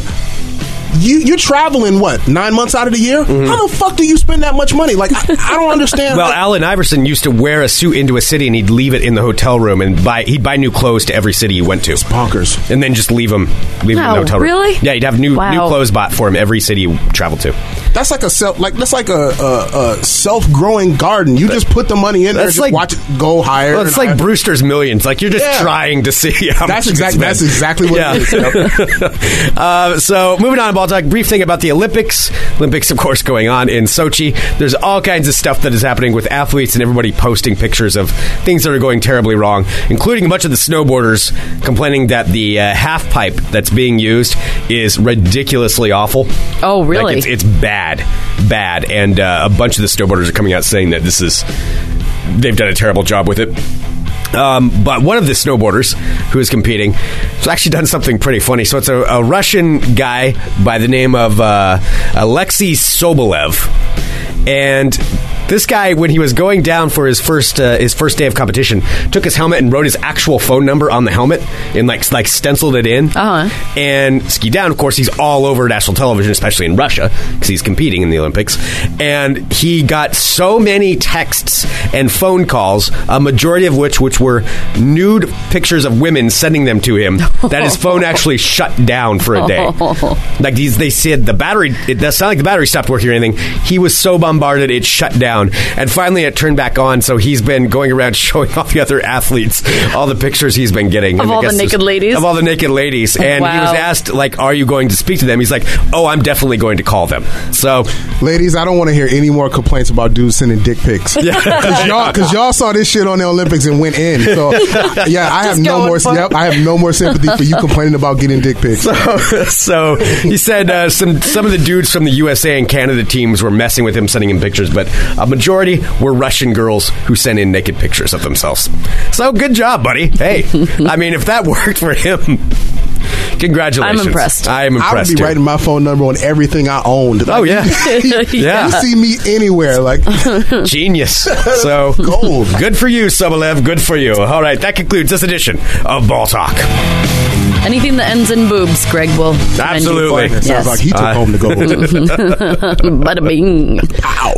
Speaker 4: You, you're traveling what nine months out of the year? How the fuck do you spend that much money? Like I, I don't understand.
Speaker 6: Mm-hmm. Well,
Speaker 4: like,
Speaker 6: Allen Iverson used to wear a suit into a city, and he'd leave it in the hotel room, and buy he'd buy new clothes to every city he went to,
Speaker 4: bonkers.
Speaker 6: and then just leave them leave 'em in
Speaker 7: No,
Speaker 6: the hotel room.
Speaker 7: really?
Speaker 6: Yeah, he'd have new new
Speaker 7: Wow.
Speaker 6: clothes bought for him every city he traveled to.
Speaker 4: That's like a self, like that's like a, a, a self growing garden. You just put the money in there, and
Speaker 6: That's
Speaker 4: just
Speaker 6: like-
Speaker 4: watch it go higher.
Speaker 6: Well, it's
Speaker 4: and
Speaker 6: like
Speaker 4: higher.
Speaker 6: Brewster's Millions. Like you're just
Speaker 4: Yeah.
Speaker 6: trying to see. How
Speaker 4: That's
Speaker 6: much you can
Speaker 4: exact-
Speaker 6: spend.
Speaker 4: that's exactly what it is.
Speaker 6: uh, so moving on, to ball talk. Brief thing about the Olympics. Olympics, of course, going on in Sochi. There's all kinds of stuff that is happening with athletes and everybody posting pictures of things that are going terribly wrong, including a bunch of the snowboarders complaining that the uh, half pipe that's being used is ridiculously awful.
Speaker 7: Oh, really?
Speaker 6: Like, it's, it's bad, bad, and uh, a bunch of the snowboarders are coming out saying that this is they've done a terrible job with it. Um, but one of the snowboarders who is competing has actually done something pretty funny. So it's a, a Russian guy by the name of uh, Alexei Sobolev, and this guy, when he was going down for his first uh, his first day of competition, took his helmet and wrote his actual phone number on the helmet and like like stenciled it in.
Speaker 7: Uh-huh.
Speaker 6: And ski down, of course, he's all over national television, especially in Russia, because he's competing in the Olympics. And he got so many texts and phone calls, a majority of which which were nude pictures of women sending them to him, that his phone actually shut down for a day. Like these, they said the battery. It does sound like the battery stopped working or anything. He was so bombarded, it shut down down. And finally, it turned back on. So he's been going around showing all the other athletes all the pictures he's been getting
Speaker 7: Of
Speaker 6: And I
Speaker 7: all the
Speaker 6: guess
Speaker 7: naked
Speaker 6: there's-
Speaker 7: ladies?
Speaker 6: Of all the naked ladies, and he was
Speaker 7: Wow.
Speaker 6: asked like, "Are you going to speak to them?" He's like, "Oh, I'm definitely going to call them." So,
Speaker 4: ladies, I don't want to hear any more complaints about dudes sending dick pics.
Speaker 6: Yeah.
Speaker 4: Because y'all, 'cause y'all saw this shit on the Olympics and went in. So yeah, I have
Speaker 6: Just
Speaker 4: no
Speaker 6: going
Speaker 4: more.
Speaker 6: for it.
Speaker 4: Yep, I have no more sympathy for you complaining about getting dick pics.
Speaker 6: so he said uh, some some of the dudes from the USA and Canada teams were messing with him, sending him pictures, but a majority were Russian girls who sent in naked pictures of themselves. So good job, buddy. Hey, I mean, if that worked for him, congratulations. I am
Speaker 4: I
Speaker 6: impressed.
Speaker 4: would be
Speaker 6: too.
Speaker 4: writing my phone number on everything I owned.
Speaker 6: Oh, yeah. Yeah.
Speaker 4: You see me anywhere, like
Speaker 6: Genius. So
Speaker 4: gold.
Speaker 6: Good for you, Sobolev. Good for you. All right, that concludes this edition of Ball Talk.
Speaker 7: Anything that ends in boobs, Greg will. commend you for.
Speaker 6: Absolutely.
Speaker 7: Yes.
Speaker 6: Uh,
Speaker 7: Bada bing.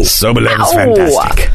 Speaker 6: Sobolev is
Speaker 7: Ow.
Speaker 6: fantastic.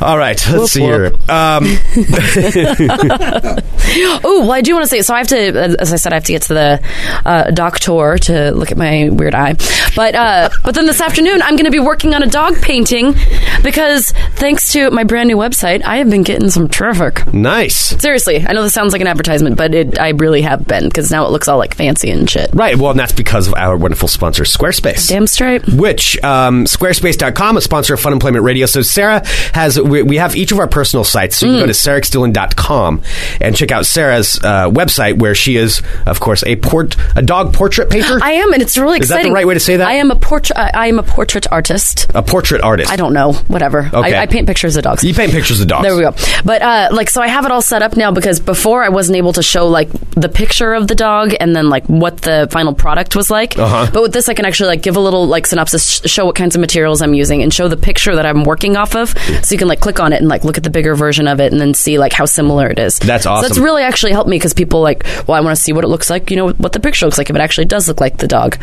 Speaker 6: All right, let's
Speaker 7: Whoop,
Speaker 6: see here. Um,
Speaker 7: oh, well, I do want to say. So I have to, as I said, I have to get to the uh, doctor to look at my weird eye. But uh, but then this afternoon, I'm going to be working on a dog painting because thanks to my brand new website, I have been getting some traffic.
Speaker 6: Nice.
Speaker 7: Seriously, I know this sounds like an advertisement, but it, I really have been because now it looks all like fancy and shit.
Speaker 6: Right. Well, and that's because of our wonderful sponsor, Squarespace.
Speaker 7: Damn straight.
Speaker 6: Which, um, squarespace.com, a sponsor of Fun Employment Radio. So, Sarah has, we, we have each of our personal sites. So, you
Speaker 7: Mm.
Speaker 6: can go to sarahxdillon.com and check out Sarah's uh, website where she is, of course, a port, a dog portrait painter.
Speaker 7: I am, and it's really
Speaker 6: Is that the
Speaker 7: exciting.
Speaker 6: right way to say that?
Speaker 7: I am a portrait. I I am a portrait artist.
Speaker 6: a portrait artist.
Speaker 7: I don't know. Whatever.
Speaker 6: Okay.
Speaker 7: I, I paint pictures of dogs.
Speaker 6: You paint pictures of dogs.
Speaker 7: There we go. But uh, like, so I have it all set up now because before I wasn't able to show like the picture of the dog and then like what the final product was like.
Speaker 12: Uh-huh.
Speaker 7: But with this, I can actually like give a little like synopsis, sh- show what kinds of materials I'm using, and show the picture that I'm working off of. So you can like click on it and like look at the bigger version of it, and then see like how similar it is.
Speaker 6: That's
Speaker 7: So
Speaker 6: awesome.
Speaker 7: that's really actually helped me because people like, well, I want to see what it looks like. You know what the picture looks like if it actually does look like the dog.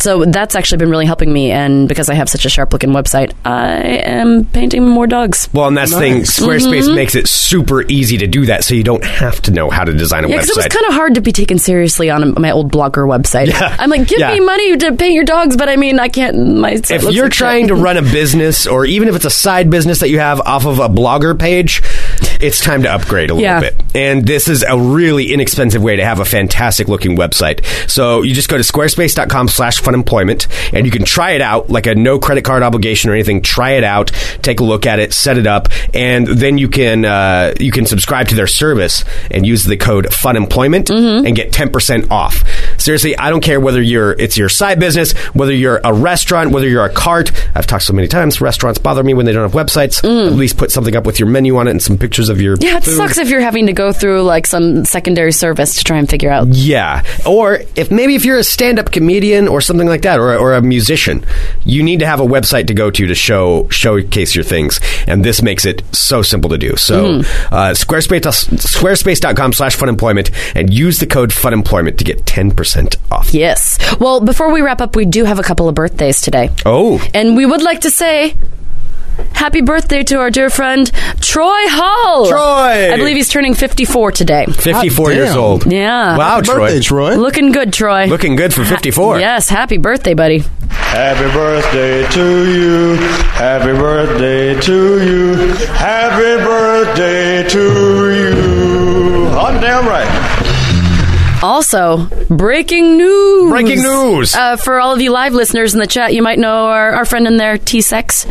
Speaker 7: So that's actually been really helping me, and because I have such a sharp looking website, I am painting more dogs.
Speaker 6: Well, and that's the thing. Squarespace
Speaker 7: Mhm.
Speaker 6: makes it super easy to do that, so you don't have to know how to design a
Speaker 7: Yeah, because it was
Speaker 6: website.
Speaker 7: kind of hard to be taken seriously on a, my old blogger website. I'm like, give
Speaker 6: Yeah.
Speaker 7: me money to paint your dogs, but I mean, I can't. My site
Speaker 6: if
Speaker 7: looks
Speaker 6: you're
Speaker 7: like
Speaker 6: trying to
Speaker 7: shit.
Speaker 6: run a business, or even if it's a side business that you have off of a blogger page, it's time to upgrade a little
Speaker 7: Yeah.
Speaker 6: bit. And this is a really inexpensive way to have a fantastic looking website. So you just go to squarespace.com slash funemployment and you can try it out, like a no credit card obligation or anything. Try it out, take a look at it, set it up, and then you can uh, you can subscribe to their service and use the code funemployment and get 10% off. Seriously, I don't care whether you're it's your side business, whether you're a restaurant, whether you're a cart. I've talked so many times, restaurants bother me when they don't have websites. At least put something up with your menu on it and some pictures of your
Speaker 7: yeah, it
Speaker 6: food.
Speaker 7: sucks if you're having to go through like some secondary service to try and figure out.
Speaker 6: Yeah, or if maybe if you're a stand-up comedian or something like that, or, or a musician, you need to have a website to go to to show showcase your things, and this makes it so simple to do. So
Speaker 7: Hmm.
Speaker 6: uh, Squarespace Squarespace.com slash funemployment and use the code funemployment to get ten percent off.
Speaker 7: Yes. Well, before we wrap up, we do have a couple of birthdays today.
Speaker 6: Oh,
Speaker 7: And we would like to say happy birthday to our dear friend Troy Hull.
Speaker 6: Troy!
Speaker 7: I believe he's turning 54 today.
Speaker 6: 54 years old.
Speaker 7: Oh, Yeah.
Speaker 6: Wow, Happy Troy. birthday, Troy.
Speaker 7: Looking good, Troy.
Speaker 6: Looking good for 54.
Speaker 7: Yes, happy birthday, buddy.
Speaker 13: Happy birthday to you. Happy birthday to you. Happy birthday to you. On damn right.
Speaker 7: Also, breaking news.
Speaker 13: Breaking news.
Speaker 7: Uh, for all of you live listeners in the chat, you might know our, our friend in there, T Sex.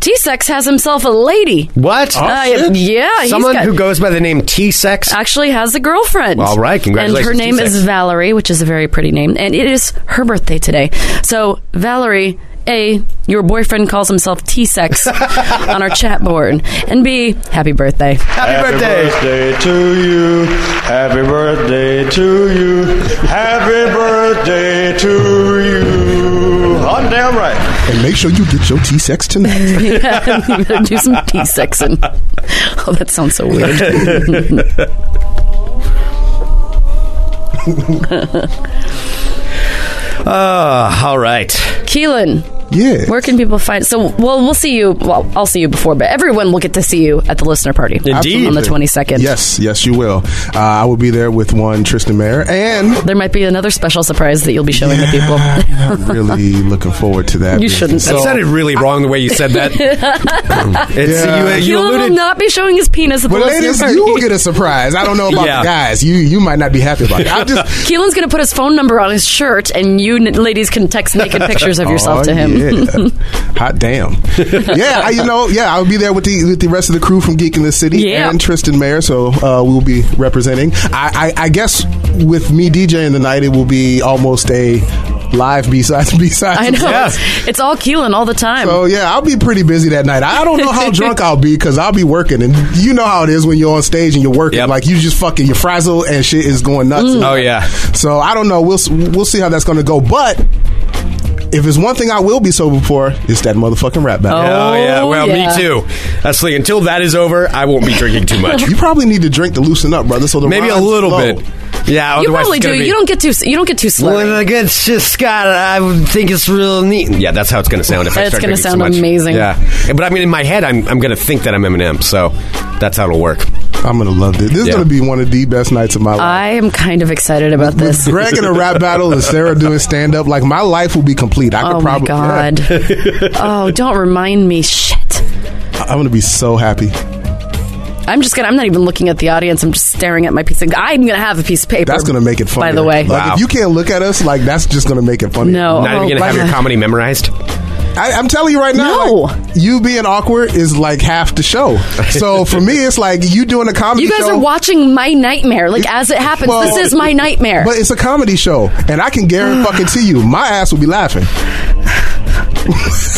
Speaker 7: T Sex has himself a lady.
Speaker 6: What?
Speaker 7: Uh, yeah, he's
Speaker 6: someone
Speaker 7: got-
Speaker 6: who goes by the name T Sex.
Speaker 7: Actually, has a girlfriend.
Speaker 6: All right, congratulations,
Speaker 7: And her name
Speaker 6: T-Sex.
Speaker 7: is Valerie, which is a very pretty name, and it is her birthday today. So, Valerie, a your boyfriend calls himself T Sex on our chat board, and b happy birthday.
Speaker 13: Happy birthday to you. Happy birthday to you. Happy birthday to you. On damn right.
Speaker 4: and make sure you get your T sex tonight.
Speaker 7: yeah, you better do some T sexing. Oh, that sounds so weird.
Speaker 6: Uh, all right. Ah,
Speaker 7: Keelan,
Speaker 4: Yeah.
Speaker 7: Where can people find? So, well, we'll see you. Well, I'll see you before, but everyone will get to see you at the listener party on the twenty second.
Speaker 4: Yes, yes, you will. Uh, I will be there with one Tristan Mayer, and
Speaker 7: there might be another special surprise that you'll be showing the people.
Speaker 4: I'm really looking forward to that.
Speaker 7: You shouldn't.
Speaker 6: That sounded really wrong the way you said that. It's- you- uh, you
Speaker 7: Keelan will
Speaker 6: alluded-
Speaker 7: not be showing his penis at the
Speaker 4: But
Speaker 7: listener
Speaker 4: ladies,
Speaker 7: party.
Speaker 4: you will get a surprise. I don't know about
Speaker 6: Yeah.
Speaker 4: the guys. You you might not be happy about it. I just
Speaker 7: Keelan's going to put his phone number on his shirt, and you n- ladies can text naked pictures of yourself
Speaker 4: Oh,
Speaker 7: to him.
Speaker 4: yeah. Hot damn. yeah, I, you know, yeah, I'll be there with the with the rest of the crew from Geek in the City
Speaker 7: Yeah.
Speaker 4: and Tristan Mayer. So uh, we'll be representing. I, I, I guess with me DJing the night, it will be almost a live B sides B sides.
Speaker 7: I know. It's, it's all Keelan all the time.
Speaker 4: So yeah, I'll be pretty busy that night. I don't know how drunk I'll be because I'll be working, and you know how it is when you're on stage and you're working. Like you just fucking your frazzle and shit is going nuts.
Speaker 6: Oh, yeah.
Speaker 4: So I don't know. We'll s- we'll see how that's going to go, but. If it's one thing I will be sober for, it's that motherfucking rap battle.
Speaker 6: Oh, yeah. Well,
Speaker 4: yeah.
Speaker 6: me too. That's like until that is over, I won't be drinking too
Speaker 7: Oh.
Speaker 6: much.
Speaker 4: You probably need to drink to loosen up, brother. So the
Speaker 6: Maybe a
Speaker 4: rhyme's
Speaker 6: little
Speaker 4: low.
Speaker 6: bit. Yeah.
Speaker 7: you
Speaker 6: otherwise
Speaker 7: probably
Speaker 6: it's
Speaker 7: do.
Speaker 6: gonna be-
Speaker 7: You don't get too. You don't get too slurry.
Speaker 4: uh,
Speaker 6: Well, I guess just Scott. I would think it's real neat. Yeah, that's how it's going to sound. If I
Speaker 7: It's
Speaker 6: start
Speaker 7: gonna
Speaker 6: drinking too
Speaker 7: sound
Speaker 6: much.
Speaker 7: amazing.
Speaker 6: Yeah, but I mean, in my head, I'm I'm going to think that I'm Eminem, so that's how it'll work.
Speaker 4: I'm going to love this. This is going to be one of the best nights of my life.
Speaker 7: I am kind of excited about this.
Speaker 4: Greg in a rap battle and Sarah doing stand up. Like my life will be complete. I could
Speaker 7: Oh my
Speaker 4: probably.
Speaker 7: God. oh, don't remind me. Shit.
Speaker 4: I'm going to be so happy.
Speaker 7: I'm just gonna. I'm not even looking at the audience. I'm just staring at my piece of. I'm gonna have a piece of paper.
Speaker 4: That's gonna make it funny.
Speaker 7: By the way,
Speaker 4: like if you can't look at us, like that's just gonna make it funny.
Speaker 7: No.
Speaker 6: Not even going to have your comedy memorized.
Speaker 4: I, I'm telling you right now,
Speaker 7: No.
Speaker 4: like, you being awkward is like half the show. So for me, it's like you doing a comedy.
Speaker 7: you guys
Speaker 4: show,
Speaker 7: are watching my nightmare, like as it happens.
Speaker 4: Well-
Speaker 7: this is my nightmare.
Speaker 4: but it's a comedy show, and I can guarantee fucking to you, my ass will be laughing.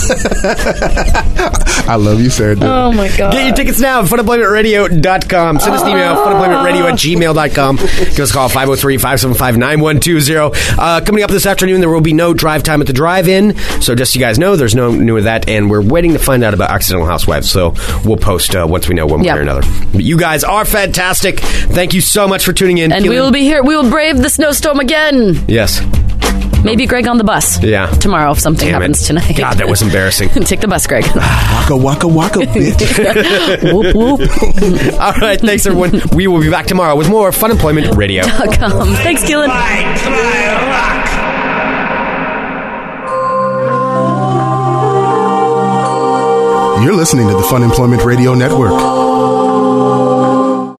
Speaker 4: I love you, Sarah. Dillon.
Speaker 7: oh my god!
Speaker 6: Get your tickets now at funemploymentradio.com. Send us an email, funemploymentradio at gmail.com. Give us a call, 503 575 9120. Uh, Coming up this afternoon, there will be no drive time at the drive in. So, just so you guys know, there's no new of that. And we're waiting to find out about Accidental Housewives. So, we'll post uh, once we know one way
Speaker 7: Yep.
Speaker 6: or another. But you guys are fantastic. Thank you so much for tuning in.
Speaker 7: and we
Speaker 6: Keelan-
Speaker 7: will be here. We will brave the snowstorm again.
Speaker 6: Yes.
Speaker 7: Maybe Greg on the bus.
Speaker 6: Yeah.
Speaker 7: Tomorrow, if something
Speaker 6: Damn it.
Speaker 7: happens tonight.
Speaker 6: God, that was embarrassing.
Speaker 7: Take the bus, Greg.
Speaker 4: Waka waka waka, bitch.
Speaker 7: Whoop,
Speaker 6: All right. Thanks, everyone. We will be back tomorrow with more Fun Employment Radio.
Speaker 7: Come. Thanks, Keelan.
Speaker 2: You're listening to the Fun Employment Radio Network.